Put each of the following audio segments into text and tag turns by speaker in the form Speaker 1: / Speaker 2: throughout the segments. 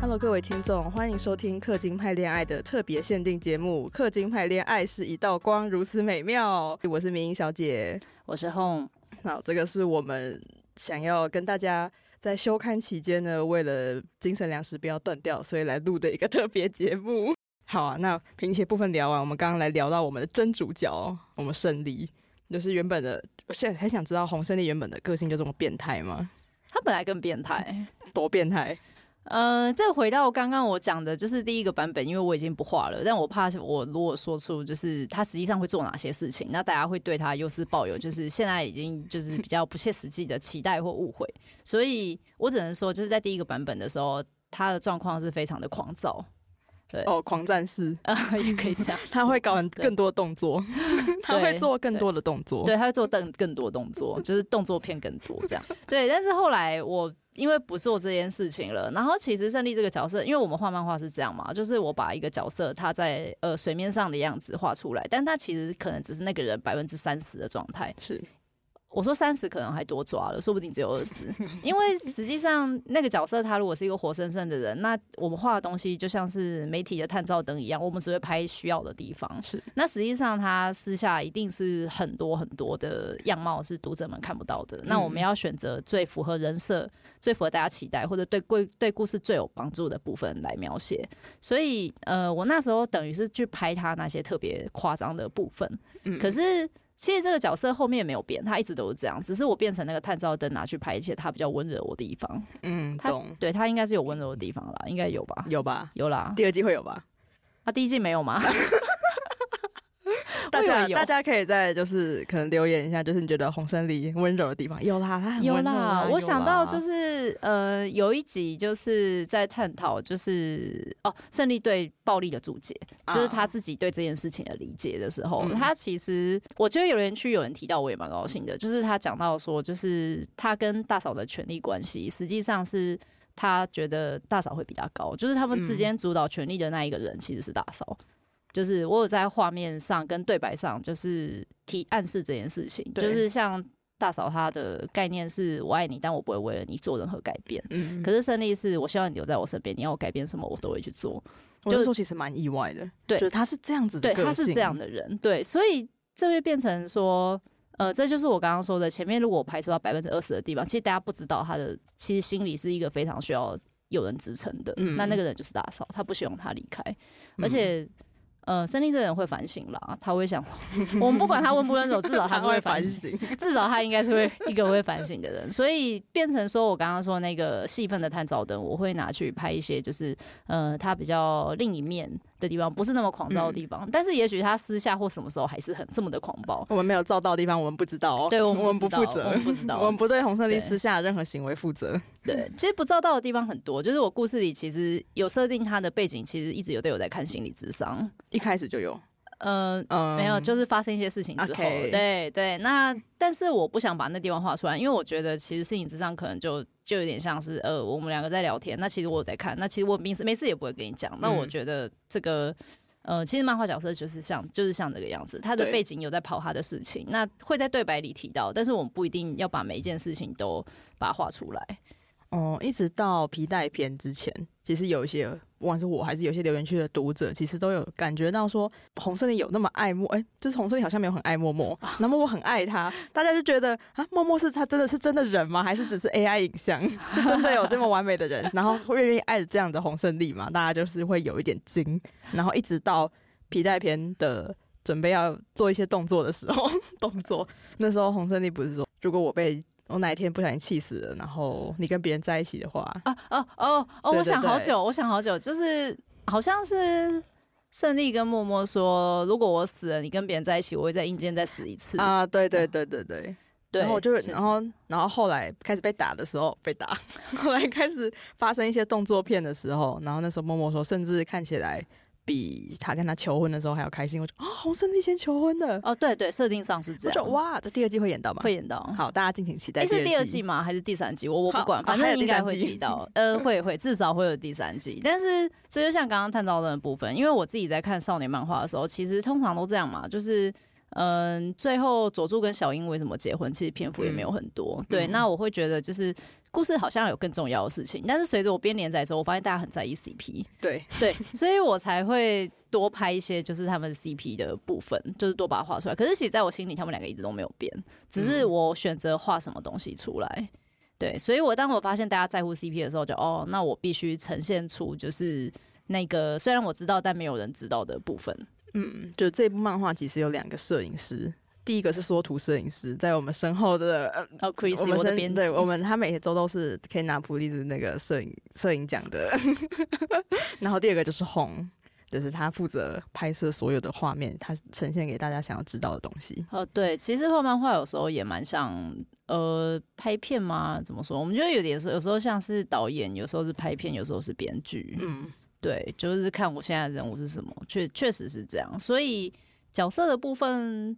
Speaker 1: Hello，各位听众，欢迎收听《氪金派恋爱》的特别限定节目《氪金派恋爱是一道光，如此美妙》。我是明英小姐，
Speaker 2: 我是 Home。
Speaker 1: 好，这个是我们想要跟大家在休刊期间呢，为了精神粮食不要断掉，所以来录的一个特别节目。好啊，那评且部分聊啊完，我们刚刚来聊到我们的真主角，我们胜利，就是原本的，我现在很想知道洪胜利原本的个性就这么变态吗？
Speaker 2: 他本来更变态。
Speaker 1: 多变态？
Speaker 2: 呃，再回到刚刚我讲的，就是第一个版本，因为我已经不画了，但我怕我如果说出就是他实际上会做哪些事情，那大家会对他又是抱有就是现在已经就是比较不切实际的期待或误会，所以我只能说就是在第一个版本的时候，他的状况是非常的狂躁， 对，
Speaker 1: 哦，狂战士，，
Speaker 2: 啊、也可以这 样
Speaker 1: 他会搞很
Speaker 2: 对
Speaker 1: 更多的动作， 他会做更多的动作。
Speaker 2: 对，他会做更更多动作，就是动作片更多这样。 对，但是后来我因为不做这件事情了，然后其实胜利这个角色，因为我们画漫画是这样嘛，就是我把一个角色他在呃水面上的样子画出来，但他其实可能只是那个人百分之三十的状态。
Speaker 1: 是
Speaker 2: 我说三十可能还多抓了，说不定只有 二十，因为实际上那个角色他如果是一个活生生的人，那我们画的东西就像是媒体的探照灯一样，我们只会拍需要的地方。
Speaker 1: 是，
Speaker 2: 那实际上他私下一定是很多很多的样貌是读者们看不到的。那我们
Speaker 1: 嗯
Speaker 2: 要选择最符合人设、最符合大家期待，或者对故对故事最有帮助的部分来描写。所以，呃，我那时候等于是去拍他那些特别夸张的部分。
Speaker 1: 嗯
Speaker 2: 可是其实这个角色后面也没有变，他一直都是这样，只是我变成那个探照灯拿去拍一些他比较温柔的地方。
Speaker 1: 嗯，
Speaker 2: 他
Speaker 1: 懂
Speaker 2: 对他应该是有温柔的地方啦，应该有吧？
Speaker 1: 有吧？
Speaker 2: 有啦，
Speaker 1: 第二季会有吧？
Speaker 2: 他、第一季没有 吗？
Speaker 1: 大家
Speaker 2: 我以为有
Speaker 1: 啊大家可以在就是可能留言一下，就是你觉得洪胜利温柔的地方有啦，他很
Speaker 2: 有
Speaker 1: 温柔啊
Speaker 2: 啦
Speaker 1: 啦，，
Speaker 2: 我想到就是是呃，有一集就是在探讨，就是哦，胜利对暴力的注解，就是他自己对这件事情的理解的时候，
Speaker 1: 啊嗯
Speaker 2: 他其实我觉得有人去有人提到，我也蛮高兴的，就是他讲到说，就是他跟大嫂的权力关系，实际上是。他觉得大嫂会比较高，就是他们
Speaker 1: 嗯
Speaker 2: 之间主导权力的那一个人其实是大嫂。就是我有在画面上跟对白上，就是提暗示这件事情，
Speaker 1: 对
Speaker 2: 就是像大嫂她的概念是我爱你，但我不会为了你做任何改变。
Speaker 1: 嗯，
Speaker 2: 可是胜利是我希望你留在我身边，你要我改变什么，我都会去做。
Speaker 1: 我那
Speaker 2: 就
Speaker 1: 时候其实蛮意外的，
Speaker 2: 对
Speaker 1: 就是他是这样子的
Speaker 2: 对，
Speaker 1: 个性，
Speaker 2: 他是这样的人，对，所以这会变成说，呃，这就是我刚刚说的，前面如果我排除到百分之二十的地方，其实大家不知道他的，其实心里是一个非常需要有人支撑的，
Speaker 1: 嗯
Speaker 2: 那那个人就是大嫂，他不希望他离开，
Speaker 1: 嗯
Speaker 2: 而且。呃，胜利这个人会反省啦，他会想， 我们不管他温不温柔，至少他是会反省。
Speaker 1: 省，
Speaker 2: 至少他应该是会一个会反省的人，所以变成说我刚刚说那个戏份的探照灯，我会拿去拍一些就是呃他比较另一面的地方，不是那么狂躁的地方，但是也许他私下或什么时候还是很这么的狂 暴。
Speaker 1: 我们没有照到的地方，我们不知道哦，
Speaker 2: 对我
Speaker 1: 我
Speaker 2: 们
Speaker 1: 们不
Speaker 2: 知道
Speaker 1: 负责
Speaker 2: 我们不知 道，
Speaker 1: 我们不对洪胜利
Speaker 2: 对
Speaker 1: 私下的任何行为负责。
Speaker 2: 对，其实不照到的地方很多，就是我故事里其实有设定他的背景，其实一直有都有在看心理智商，
Speaker 1: 一开始就有，
Speaker 2: 呃，
Speaker 1: 嗯，
Speaker 2: 没有，就是发生一些事情之后
Speaker 1: OK
Speaker 2: 对对。那但是我不想把那地方画出来，因为我觉得其实事情之上可能就就有点像是呃，我们两个在聊天，那其实我有在看，那其实我平时没事也不会跟你讲。那
Speaker 1: 嗯
Speaker 2: 我觉得这个。呃，其实漫画角色就是像就是像这个样子，他的
Speaker 1: 对
Speaker 2: 背景有在跑他的事情，那会在对白里提到，但是我们不一定要把每一件事情都把它画出来。
Speaker 1: 哦，一直到皮带篇之前，其实有一些，不管是我还是有些留言区的读者，其实都有感觉到说，洪胜利有那么爱默，哎、就是洪胜利好像没有很爱默默，那默默很爱他，大家就觉得啊，默默是他真的是真的人吗？还是只是 AI 影像？ 是真的有这么完美的人，然后会愿意爱着这样的洪胜利吗？大家就是会有一点惊，然后一直到皮带篇的。准备要做一些动作的时候， 动作那时候洪胜利不是说，如果我被我哪一天不小心气死了，然后你跟别人在一起的话，
Speaker 2: 嗯啊哦哦哦！
Speaker 1: 对
Speaker 2: 我
Speaker 1: 对
Speaker 2: 想好
Speaker 1: 对
Speaker 2: 久，我想好久，就是好像是胜利跟默默说，如果我死了，你跟别人在一起，我会在阴间再死一次。
Speaker 1: 啊，对对对对对。
Speaker 2: 嗯对，
Speaker 1: 然后我就，
Speaker 2: 确实
Speaker 1: 然后，然后后来开始被打的时候被打， 后来开始发生一些动作片的时候，然后那时候默默说，甚至看起来比他跟他求婚的时候还要开心。我就啊，洪胜利先求婚的，
Speaker 2: 哦，对对，设定上是这
Speaker 1: 我就
Speaker 2: 样，
Speaker 1: 哇，这第二季会演到吗？
Speaker 2: 会演到。
Speaker 1: 好，大家敬请期待。
Speaker 2: 诶是第二季吗？还是第三季？我我不管，
Speaker 1: 好
Speaker 2: 反
Speaker 1: 还有第
Speaker 2: 正应该
Speaker 1: 三
Speaker 2: 会
Speaker 1: 季
Speaker 2: 提到，呃，会会，至少会有第三季。但是这就像刚刚探讨的部分，因为我自己在看少年漫画的时候，其实通常都这样嘛，就是。嗯，最后佐助跟小樱为什么结婚，其实篇幅也没有很多。对，
Speaker 1: 嗯
Speaker 2: 那我会觉得就是故事好像有更重要的事情，但是随着我编连载之后，我发现大家很在意 CP，
Speaker 1: 对，
Speaker 2: 对，所以我才会多拍一些就是他们 CP 的部分，就是多把它画出来。可是其实在我心里，他们两个一直都没有变，只
Speaker 1: 嗯
Speaker 2: 是我选择画什么东西出来。对，所以我当我发现大家在乎 CP 的时候就，哦，那我必须呈现出就是那个虽然我知道，但没有人知道的部分。
Speaker 1: 嗯，就这部漫画其实有两个摄影师，第一个是缩图摄影师，在我们身后的、呃
Speaker 2: 哦，Chris，
Speaker 1: 我们
Speaker 2: 的
Speaker 1: 身
Speaker 2: 编辑，
Speaker 1: 对我们他每周都是可以拿普利兹那个摄影摄影奖的， 然后第二个就是红。就是他负责拍摄所有的画面，他呈现给大家想要知道的东西。
Speaker 2: 哦，对，其实画漫画有时候也蛮像呃拍片吗？怎么说？我们觉得有点是有时候像是导演，有时候是拍片，有时候是编剧。
Speaker 1: 嗯，
Speaker 2: 对，就是看我现在的任务是什么，确确实是这样。所以角色的部分，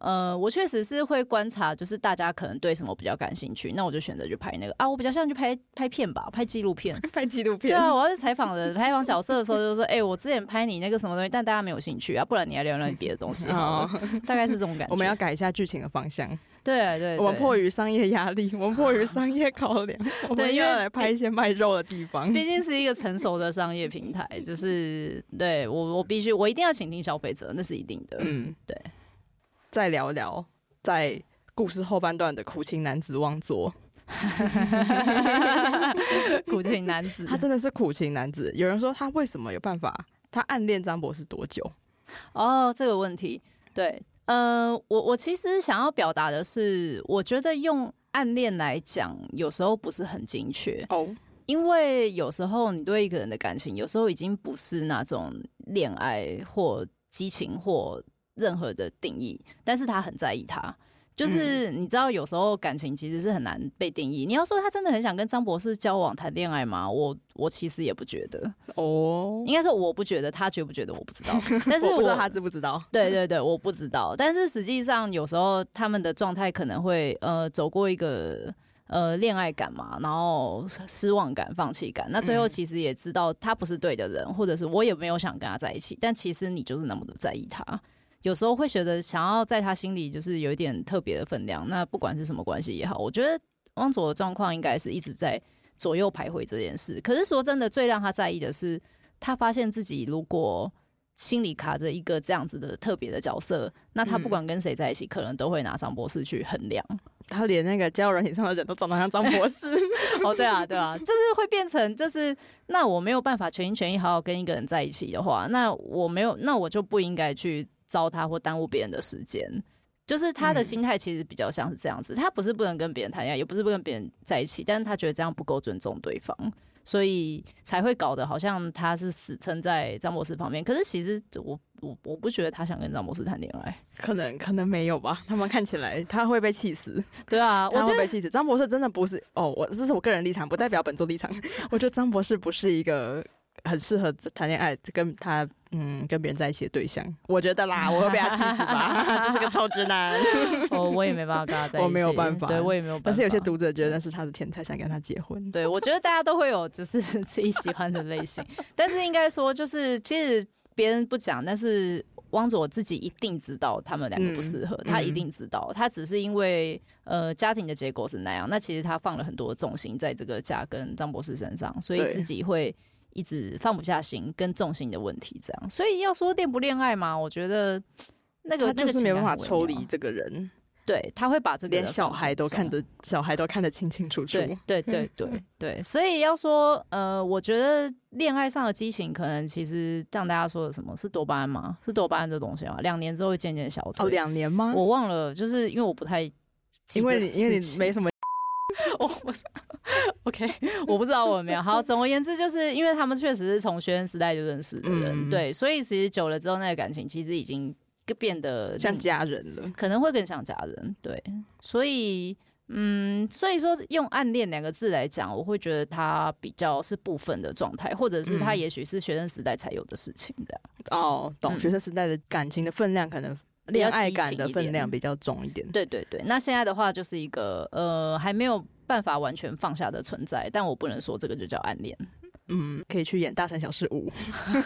Speaker 2: 呃，我确实是会观察，就是大家可能对什么比较感兴趣，那我就选择去拍那个啊，我比较像去拍拍片吧，拍纪录片。
Speaker 1: 嗯拍纪录
Speaker 2: 对
Speaker 1: 片
Speaker 2: 啊，我要去采访人，采访角色的时候就说，哎、我之前拍你那个什么东西，但大家没有兴趣啊，不然你来聊聊你别的东西好了，
Speaker 1: 哦，
Speaker 2: 大概是这种感 觉。
Speaker 1: 我们要改一下剧情的方向。
Speaker 2: 对对对，
Speaker 1: 我们迫于商业压力，我们迫于商业考量，我们
Speaker 2: 因
Speaker 1: 又
Speaker 2: 为
Speaker 1: 要来拍一些卖肉的地方。嗯
Speaker 2: 毕竟是一个成熟的商业平台，就是对我我必须我一定要倾听消费者，那是一定的。
Speaker 1: 嗯，
Speaker 2: 对。
Speaker 1: 再聊聊在故事后半段的苦情男子汪佐，
Speaker 2: 苦情男子，
Speaker 1: 他真的是苦情男子。有人说他为什么有办法？他暗恋张博士多久？
Speaker 2: 哦，这个问题，对，呃，我我其实想要表达的是，我觉得用暗恋来讲，有时候不是很精确，
Speaker 1: 哦，
Speaker 2: 因为有时候你对一个人的感情，有时候已经不是那种恋爱或激情或任何的定义，但是他很在意他。就是你知道，有时候感情其实是很难被定义。你要说他真的很想跟张博士交往、谈恋爱吗？我我其实也不觉得，
Speaker 1: 哦，
Speaker 2: 应该说我不觉得，他觉不觉得我不 知道。但是
Speaker 1: 我
Speaker 2: 我
Speaker 1: 不知道他知不知道。
Speaker 2: 对对对，我不知道，但是实际上有时候他们的状态可能会呃走过一个呃恋爱感嘛，然后失望感、放弃感，那最后
Speaker 1: 嗯
Speaker 2: 其实也知道他不是对的人，或者是我也没有想跟他在一起，但其实你就是那么的在意他。有时候会觉得想要在他心里就是有一点特别的分量，那不管是什么关系也好，我觉得汪佐的状况应该是一直在左右徘徊这件事。可是说真的，最让他在意的是，他发现自己如果心里卡着一个这样子的特别的角色，那他不管跟谁在一起，可能都会拿张博士去衡量。
Speaker 1: 他连那个交友软体上的人都长得像张博士，
Speaker 2: 哦，对啊，对啊，就是会变成就是，那我没有办法全心全意好好跟一个人在一起的话，那我没有，那我就不应该去糟蹋或耽误别人的时间。就是他的
Speaker 1: 嗯
Speaker 2: 心态其实比较像是这样子，他不是不能跟别人谈恋爱，也不是不跟别人在一起，但是他觉得这样不够尊重对方，所以才会搞得好像他是死撑在张博士旁边。可是其实我我我不觉得他想跟张博士谈恋爱。
Speaker 1: 可能可能没有吧。他们看起来他会被气死，
Speaker 2: 对 啊，我
Speaker 1: 他
Speaker 2: 觉
Speaker 1: 会
Speaker 2: 得
Speaker 1: 被气死。张博士真的不是哦，我这是我个人立场，不代表本座立场。 我觉得张博士不是一个很适合谈恋爱、跟他嗯跟别人在一起的对象。我觉得啦，我会被他气死吧， 这是个臭直男。
Speaker 2: 哦我我也没办法跟他在一 起，
Speaker 1: 我没有办法
Speaker 2: 对我也没有办法。
Speaker 1: 但是有些读者觉得那是他的天才，想跟他结婚。
Speaker 2: 对，我觉得大家都会有就是 自己喜欢的类型，但是应该说就是其实别人不讲，但是汪佐自己一定知道他们两个不适合，
Speaker 1: 嗯
Speaker 2: 他一
Speaker 1: 嗯
Speaker 2: 定知道，他只是因为呃家庭的结果是那样，那其实他放了很多重心在这个家跟张博士身上，所以
Speaker 1: 对
Speaker 2: 自己会。一直放不下心跟重心的问题，这样，所以要说恋不恋爱嘛，我觉得那个
Speaker 1: 他就是没
Speaker 2: 那个情感
Speaker 1: 有办法
Speaker 2: 很微
Speaker 1: 抽
Speaker 2: 妙
Speaker 1: 离，这个人，
Speaker 2: 对他会把这个
Speaker 1: 连
Speaker 2: 人
Speaker 1: 小
Speaker 2: 放
Speaker 1: 孩
Speaker 2: 很
Speaker 1: 都
Speaker 2: 重
Speaker 1: 看得小孩都看得清清楚楚。
Speaker 2: 对对
Speaker 1: 嗯
Speaker 2: 对对对，所以要说呃，我觉得恋爱上的激情，可能其实像大家说的什么是多巴胺吗？是多巴胺这东西啊，两年之后会渐渐消退。
Speaker 1: 哦，两年吗？
Speaker 2: 我忘了，就是因为我不太记
Speaker 1: 因为你
Speaker 2: 这个
Speaker 1: 因为
Speaker 2: 事
Speaker 1: 你
Speaker 2: 情
Speaker 1: 没什么，
Speaker 2: 我我 OK，我不知道我有没有。好，总而言之，就是因为他们确实是从学生时代就认识的人，
Speaker 1: 嗯
Speaker 2: 对，所以其实久了之后，那个感情其实已经变得
Speaker 1: 像
Speaker 2: 另
Speaker 1: 家人了。
Speaker 2: 可能会更想家人，对，所以嗯，所以说用暗恋两个字来讲，我会觉得它比较是部分的状态，或者是它
Speaker 1: 嗯
Speaker 2: 也许是学生时代才有的事情这样。
Speaker 1: 哦，懂。
Speaker 2: 嗯
Speaker 1: 学生时代的感情的分量可能。
Speaker 2: 比较
Speaker 1: 恋爱
Speaker 2: 激
Speaker 1: 感
Speaker 2: 情
Speaker 1: 的
Speaker 2: 一
Speaker 1: 分
Speaker 2: 点
Speaker 1: 量比较重一点，
Speaker 2: 对对对，那现在的话就是一个呃还没有办法完全放下的存在，但我不能说这个就叫暗恋。
Speaker 1: 嗯，可以去演《大城小事五》，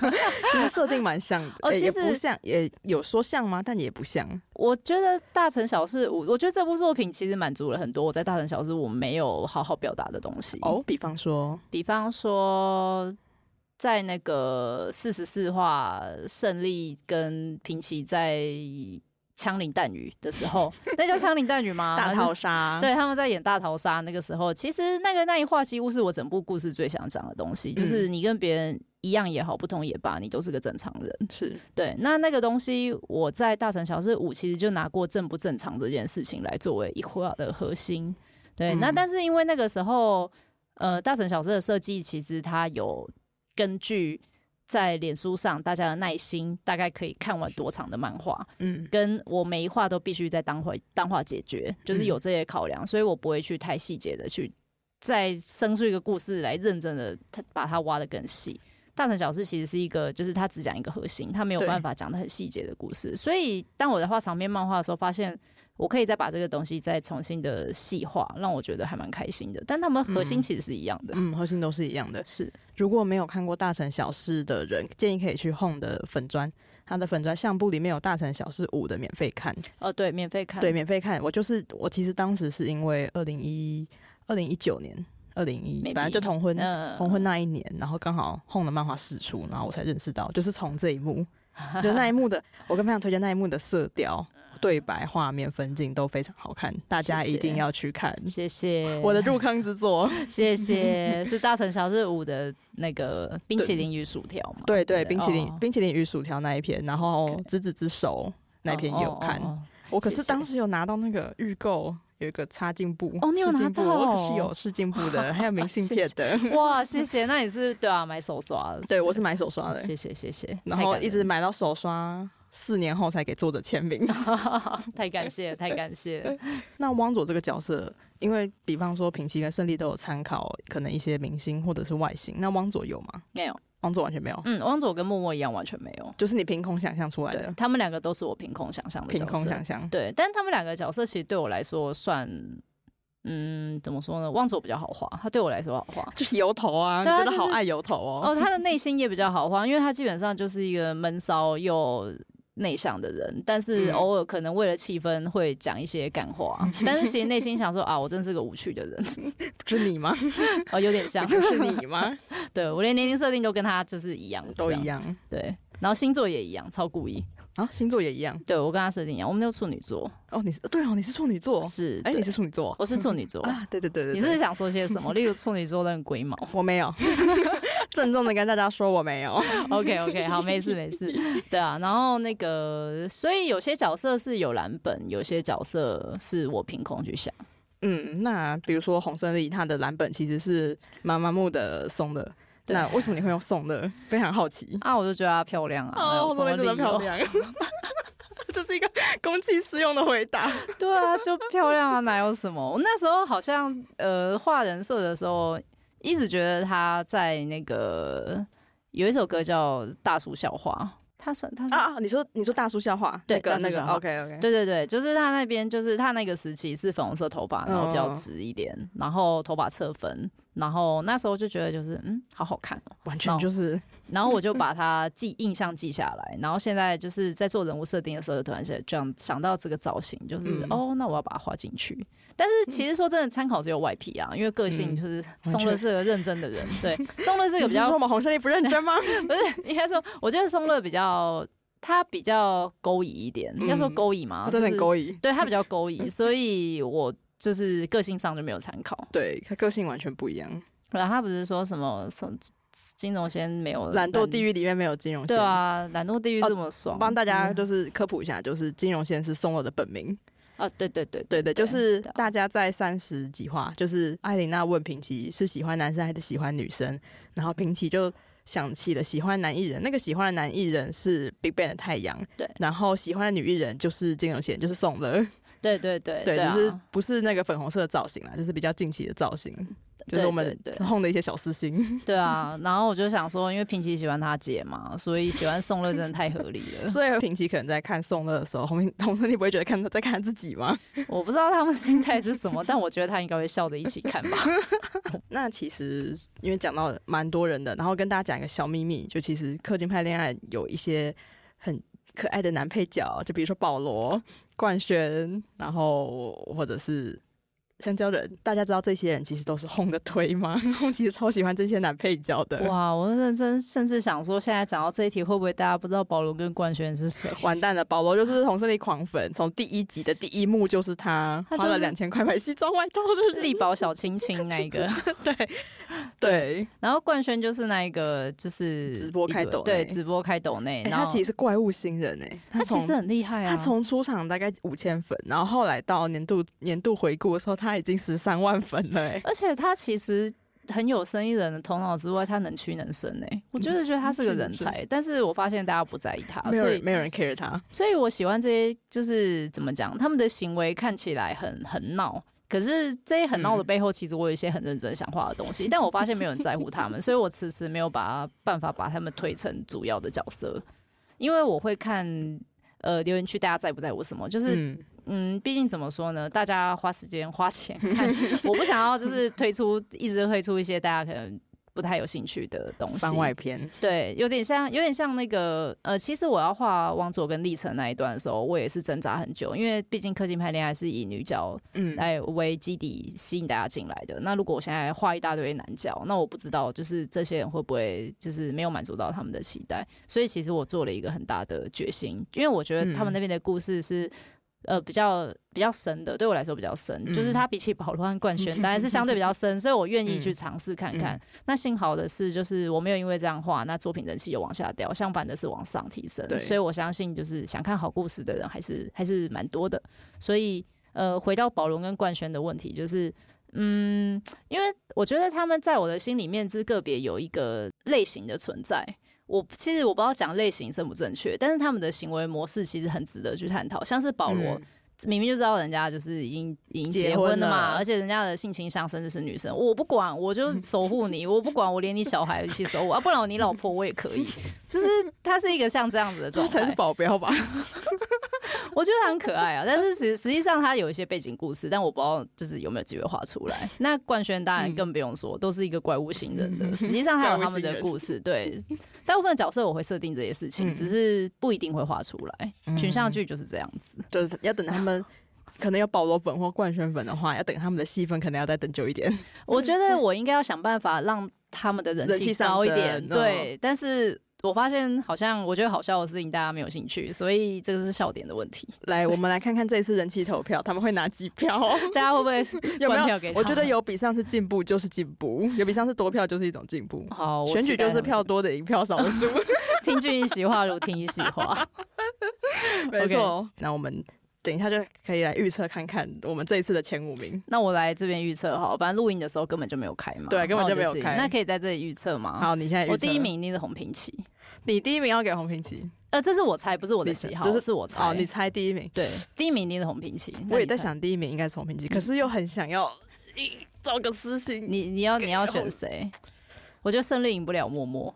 Speaker 1: 其实设定蛮像的，
Speaker 2: 哦
Speaker 1: 呃
Speaker 2: 其
Speaker 1: 也
Speaker 2: 实
Speaker 1: 不像，也有说像吗？但也不像。
Speaker 2: 我觉得《大城小事》，我我觉得这部作品其实满足了很多我在《大城小事》我没有好好表达的东西。
Speaker 1: 哦，比方说，
Speaker 2: 比方说，在那个四十四话胜利跟平崎在枪林弹雨的 时候，那叫枪林弹雨吗？
Speaker 1: 大逃杀，
Speaker 2: 啊对，他们在演大逃杀那个时候，其实那个那一话几乎是我整部故事最想讲的东西，就是
Speaker 1: 嗯
Speaker 2: 你跟别人一样也好，不同也罢，你都是个正常人。
Speaker 1: 是
Speaker 2: 对，那那个东西我在大城小事五其实就拿过正不正常这件事情来作为一话的核心。对，那
Speaker 1: 嗯
Speaker 2: 但是因为那个时候，呃，大城小事的设计其实它有根据在脸书上大家的耐心，大概可以看完多长的漫画，
Speaker 1: 嗯
Speaker 2: 跟我每一话都必须在当会当话解决，就是有
Speaker 1: 嗯
Speaker 2: 这些考量，所以我不会去太细节的去再生出一个故事来，认真的它把它挖的更细。大城小事其实是一个，就是它只讲一个核心，它没有
Speaker 1: 对
Speaker 2: 办法讲的很细节的故事。所以当我在画长篇漫画的时候，发现我可以再把这个东西再重新的细化，让我觉得还蛮开心的。但他们核心
Speaker 1: 嗯
Speaker 2: 其实是一样的，
Speaker 1: 嗯，核心都是一样的。
Speaker 2: 是
Speaker 1: 如果没有看过《大城小事》的人，建议可以去 Home 的粉砖，它的粉砖相簿里面有《大城小事五》的免费看，
Speaker 2: 哦，对，免费看，
Speaker 1: 对，，免费看。我就是我，其实当时是因为二零一二零一九年，二零一
Speaker 2: Maybe
Speaker 1: 反正就同婚。
Speaker 2: 嗯、
Speaker 1: 同婚那一年，然后刚好 Home 的漫画试出，然后我才认识
Speaker 2: 嗯
Speaker 1: 到，就是从这一 幕，就那一幕的，我跟朋友推荐那一幕的色调、对白、画面、分镜都非常好看，大家
Speaker 2: 谢谢
Speaker 1: 一定要去看。
Speaker 2: 嗯谢谢
Speaker 1: 我的入坑之作，
Speaker 2: 谢谢，是大城小事五的那个冰淇淋与薯条嘛？
Speaker 1: 对对，
Speaker 2: 不
Speaker 1: 冰淇淋、
Speaker 2: 哦
Speaker 1: 冰淇淋与薯条那一篇，然后
Speaker 2: OK
Speaker 1: 执子之手那一篇也有看。
Speaker 2: 哦哦哦
Speaker 1: 我可
Speaker 2: 谢
Speaker 1: 是
Speaker 2: 谢
Speaker 1: 当时有拿到那个预购，有一个插进部
Speaker 2: 哦你有
Speaker 1: 试镜
Speaker 2: 拿
Speaker 1: 部
Speaker 2: 到
Speaker 1: 我可
Speaker 2: 哦
Speaker 1: 是有试镜部 的，还有明信
Speaker 2: 谢
Speaker 1: 片的。
Speaker 2: 哦哇，谢谢，那你是对啊，买手刷的，
Speaker 1: 对，我是买手刷的，
Speaker 2: 谢谢谢谢，
Speaker 1: 然
Speaker 2: 太
Speaker 1: 后
Speaker 2: 感
Speaker 1: 一直
Speaker 2: 人
Speaker 1: 买到手刷，四年后才给作者签名。
Speaker 2: 太感谢太感谢，
Speaker 1: 那汪佐这个角色，因为比方说平崎跟胜利都有参考可能一些明星或者是外形，那汪佐有吗？
Speaker 2: 没有，
Speaker 1: 汪佐完全没有，
Speaker 2: 嗯，汪佐跟默默一样完全没有，
Speaker 1: 就是你凭空想象出来
Speaker 2: 对
Speaker 1: 的，
Speaker 2: 他们两个都是我凭空想象的
Speaker 1: 凭
Speaker 2: 角
Speaker 1: 空
Speaker 2: 色
Speaker 1: 想，象。
Speaker 2: 对，但他们两个角色其实对我来说算，嗯，怎么说呢？汪佐比较好画，他对我来说好画，
Speaker 1: 就是油头啊，你
Speaker 2: 对啊
Speaker 1: 真的
Speaker 2: 就
Speaker 1: 好
Speaker 2: 是
Speaker 1: 爱油头哦。
Speaker 2: 哦，他的内心也比较好画，因为他基本上就是一个闷骚又内向的人，但是
Speaker 1: 嗯
Speaker 2: 偶尔可能为了气氛会讲一些干话， 但是其实内心想说啊，我真是个无趣的人，
Speaker 1: 是你 吗？
Speaker 2: 哦，有点像，
Speaker 1: 不是你吗？
Speaker 2: 对我连年龄设定都跟他就是一样，
Speaker 1: 都
Speaker 2: 这样
Speaker 1: 一，样
Speaker 2: 对，然后星座也一样，超故意，
Speaker 1: 啊，星座也一样
Speaker 2: 对我跟他设定一样，我们都处女座，
Speaker 1: 哦。你是对哦，你是处女座，
Speaker 2: 是，
Speaker 1: 哎，
Speaker 2: 对
Speaker 1: 你是处女座
Speaker 2: 我是处女座。
Speaker 1: 啊？对对对对，
Speaker 2: 你
Speaker 1: 对
Speaker 2: 是想说些什么？例如处女座的龟毛。
Speaker 1: 我没有， 郑重的跟大家说我没有。
Speaker 2: OK OK，好，没事没事。对啊，然后那个，所以有些角色是有蓝本，有些角色是我凭空去想。
Speaker 1: 嗯，那比如说洪胜利，他的蓝本其实是妈妈木的送的，
Speaker 2: 对
Speaker 1: 那为什么你会用送的？非常好奇。
Speaker 2: 啊，我就觉得她漂亮 啊，
Speaker 1: 哦，洪胜
Speaker 2: 没
Speaker 1: 利
Speaker 2: 有
Speaker 1: 真
Speaker 2: 什
Speaker 1: 的
Speaker 2: 么理
Speaker 1: 漂
Speaker 2: 由。
Speaker 1: 亮。 这是一个公器私用的回答。
Speaker 2: 对啊，就漂亮啊，哪有什么？我那时候好像呃画人设的时候，一直觉得她在那个有一首歌叫《大叔笑话》，她算她 算。
Speaker 1: 啊！你说你说大叔笑话，
Speaker 2: 对
Speaker 1: 那个
Speaker 2: 大叔
Speaker 1: 那个
Speaker 2: 笑话
Speaker 1: OK OK，
Speaker 2: 对对对，就是她那边，就是她那个时期是粉红色头发，然后比较
Speaker 1: 嗯
Speaker 2: 直一点，然后头发侧分，然后那时候就觉得就是嗯，好好看哦，
Speaker 1: 完全就是
Speaker 2: 然后我就把它 记印象记下来，然后现在就是在做人物设定的时候，突然想这样想到这个造型，就是、
Speaker 1: 嗯
Speaker 2: 哦，那我要把它画进去。但是其实说真的，参考只有外皮啊，因为个性
Speaker 1: 嗯
Speaker 2: 就是
Speaker 1: 全
Speaker 2: 松乐是个认真的人， 对，松乐是个
Speaker 1: 你
Speaker 2: 比
Speaker 1: 是说
Speaker 2: 较
Speaker 1: 我们洪胜利不认 真吗？
Speaker 2: 不是应该说，我觉得松乐比较他比较勾引一点，
Speaker 1: 嗯
Speaker 2: 要说勾引嘛，
Speaker 1: 他真的很
Speaker 2: 引，
Speaker 1: 勾引。
Speaker 2: 对他比较勾引，所以我就是个性上就没有参考。
Speaker 1: 对他个性完全不一样，
Speaker 2: 然后他不是说什么什么金融先没有
Speaker 1: 懒惰地狱里面没有金融
Speaker 2: 对
Speaker 1: 线。
Speaker 2: 啊，懒惰地狱
Speaker 1: 哦
Speaker 2: 这么爽，
Speaker 1: 帮大家
Speaker 2: 嗯
Speaker 1: 就是科普一下，就是金融线是松乐的本名。
Speaker 2: 啊，对对对
Speaker 1: 对对，就是
Speaker 2: 对啊
Speaker 1: 大家在三十几话，就是艾琳娜问平崎是喜欢男生还是喜欢女生，然后平崎就想起了喜欢男艺人，那个喜欢的男艺人是 Big Bang 的太阳，
Speaker 2: 对
Speaker 1: 然后喜欢的女艺人就是金融线，就是松乐，
Speaker 2: 对对对
Speaker 1: 对，
Speaker 2: 啊
Speaker 1: 只是不是那个粉红色的造型啦，就是比较近期的造型，就是我们
Speaker 2: 对对对
Speaker 1: honda 的一些小私心，
Speaker 2: 对啊，然后我就想说，因为平琪喜欢他姐嘛，所以喜欢宋乐真的太合理 了。
Speaker 1: 所以平期可能在看宋乐的时候，红红生你不会觉得看他在看他自己吗？
Speaker 2: 我不知道他们心态是什么，但我觉得他应该会笑着一起看 吧。
Speaker 1: 那其实因为讲到蛮多人的，然后跟大家讲一个小秘密，就其实氪金派恋爱有一些很可爱的男配角，就比如说保罗、冠轩，然后或者是香蕉人。大家知道这些人其实都是轰的推吗？ 轰其实超喜欢这些男配角的。
Speaker 2: 哇，我认真甚至想说，现在讲到这一题，会不会大家不知道保罗跟冠轩 是谁？
Speaker 1: 完蛋了，保罗就是红胜利狂粉，从第一集的第一幕就是他，
Speaker 2: 他就是
Speaker 1: 花了两千块买西装外套的 人。
Speaker 2: 力宝小青青那一个，
Speaker 1: 对，
Speaker 2: 然后冠轩就是那一个，就是
Speaker 1: 直播开抖内
Speaker 2: 对，直播开抖内。
Speaker 1: 欸
Speaker 2: 然
Speaker 1: 他
Speaker 2: 后
Speaker 1: 其实是怪物新人哎、
Speaker 2: 他其
Speaker 1: 从
Speaker 2: 实很厉害
Speaker 1: 他
Speaker 2: 啊，
Speaker 1: 从出场大概五千粉，然后后来到年度年度回顾的时候，他已经十三万粉了、 欸。
Speaker 2: 而且他其实很有生意人的头脑之外，他能屈能伸哎、我真的觉得他是个人
Speaker 1: 嗯能屈
Speaker 2: 才，但是我发现大家不在意他，
Speaker 1: 没有
Speaker 2: 啊所
Speaker 1: 人
Speaker 2: 以
Speaker 1: 没有人 care 他，
Speaker 2: 所以我喜欢这些，就是怎么讲，他们的行为看起来很很闹。可是这些很闹
Speaker 1: 嗯
Speaker 2: 的背后，其实我有一些很认真想画的东西，但我发现没有人在乎他们，所以我迟迟没有把办法把他们推成主要的角色，因为我会看呃留言区大家在不在乎什么，就是
Speaker 1: 嗯，
Speaker 2: 嗯，毕竟怎么说呢，大家花时间花钱看，我不想要就是推出一直推出一些大家可能不太有兴趣的东西。
Speaker 1: 番外篇，
Speaker 2: 对，有点像有点像那个呃，其实我要画王佐跟历程那一段的时候，我也是挣扎很久，因为毕竟氪金派恋爱是以女角
Speaker 1: 嗯，
Speaker 2: 来为基底吸引大家进来的。那如果我现在画一大堆男角，那我不知道就是这些人会不会就是没有满足到他们的期待。所以其实我做了一个很大的决心，因为我觉得
Speaker 1: 嗯
Speaker 2: 他们那边的故事是。呃，比较比较深的，对我来说比较深，
Speaker 1: 嗯
Speaker 2: 就是它比起保罗和 冠轩，当然是相对比较深，所以我愿意去尝试看看。
Speaker 1: 嗯
Speaker 2: 那幸好的是，就是我没有因为这样画，那作品人气有往下掉，相反的是往上提升
Speaker 1: 对。
Speaker 2: 所以我相信，就是想看好故事的人还是还是蛮多的。所以呃，回到保罗跟冠轩的问题，就是嗯，因为我觉得他们在我的心里面之个别有一个类型的存在。我其实我不知道讲类型正不正确，但是他们的行为模式其实很值得去探讨。像是保罗，
Speaker 1: 嗯
Speaker 2: 明明就知道人家就是已经已经
Speaker 1: 结
Speaker 2: 结
Speaker 1: 婚
Speaker 2: 婚了嘛，
Speaker 1: 了
Speaker 2: 而且人家的性倾向甚至是女生，我不管，我就守护你，我不管，我连你小孩一起守护啊，不然我你老婆我也可以。就是他是一个像这样子的
Speaker 1: 这
Speaker 2: 状
Speaker 1: 才
Speaker 2: 态
Speaker 1: 是，保镖吧？
Speaker 2: 我觉得很可爱啊，但是实实际上他有一些背景故事，但我不知道就是有没有机会画出来。那冠轩当
Speaker 1: 嗯
Speaker 2: 然更不用说，都是一个怪物型 人的，实际上还有他们的故事。对，大部分角色我会设定这些事情，
Speaker 1: 嗯
Speaker 2: 只是不一定会画出来。群像剧就是这样子。
Speaker 1: 就是要等他们。可能有保罗粉或冠轩粉的话，要等他们的戏份，可能要再等久一点。
Speaker 2: 我觉得我应该要想办法让他们的人
Speaker 1: 嗯人气
Speaker 2: 气
Speaker 1: 上
Speaker 2: 高一
Speaker 1: 升
Speaker 2: 点，
Speaker 1: 哦
Speaker 2: 对，但是。我发现好像我觉得好笑的事情大家没有兴趣，所以这个是笑点的 问题。
Speaker 1: 来，我们来看看这一次人气投票，他们会拿几票？
Speaker 2: 大家会不会
Speaker 1: 有没
Speaker 2: 关票
Speaker 1: 有
Speaker 2: 给？他
Speaker 1: 我觉得有比上次进步就是进步，有比上次多票就是一种进步。
Speaker 2: 好？哦我
Speaker 1: 选举
Speaker 2: 期待
Speaker 1: 就是
Speaker 2: 他们
Speaker 1: 票多的赢票少的输。
Speaker 2: 听君一席话，如听一席话。
Speaker 1: 没错。那我们等一下就可以来预测看看我们这一次的前五名。
Speaker 2: 那我来这边预测好了，反正录音的时候根本就没有开嘛，
Speaker 1: 对根本就
Speaker 2: 那我
Speaker 1: 没有开
Speaker 2: 自己那可以在这里预测吗？，
Speaker 1: 好，你现在预
Speaker 2: 我
Speaker 1: 测
Speaker 2: 第一，名一定是红平棋，
Speaker 1: 你第一名要给红平棋。
Speaker 2: 呃，这是我猜，不是我的喜好，
Speaker 1: 你是
Speaker 2: 这是我猜。
Speaker 1: 好，你猜第一名。
Speaker 2: 对，第一名一定是红平棋。那
Speaker 1: 我也
Speaker 2: 你
Speaker 1: 在
Speaker 2: 猜，
Speaker 1: 想第一名应该是红平棋，可是又很想要找个私心。
Speaker 2: 嗯你你要你要
Speaker 1: 哦
Speaker 2: 选谁？我觉得胜利赢不了默默，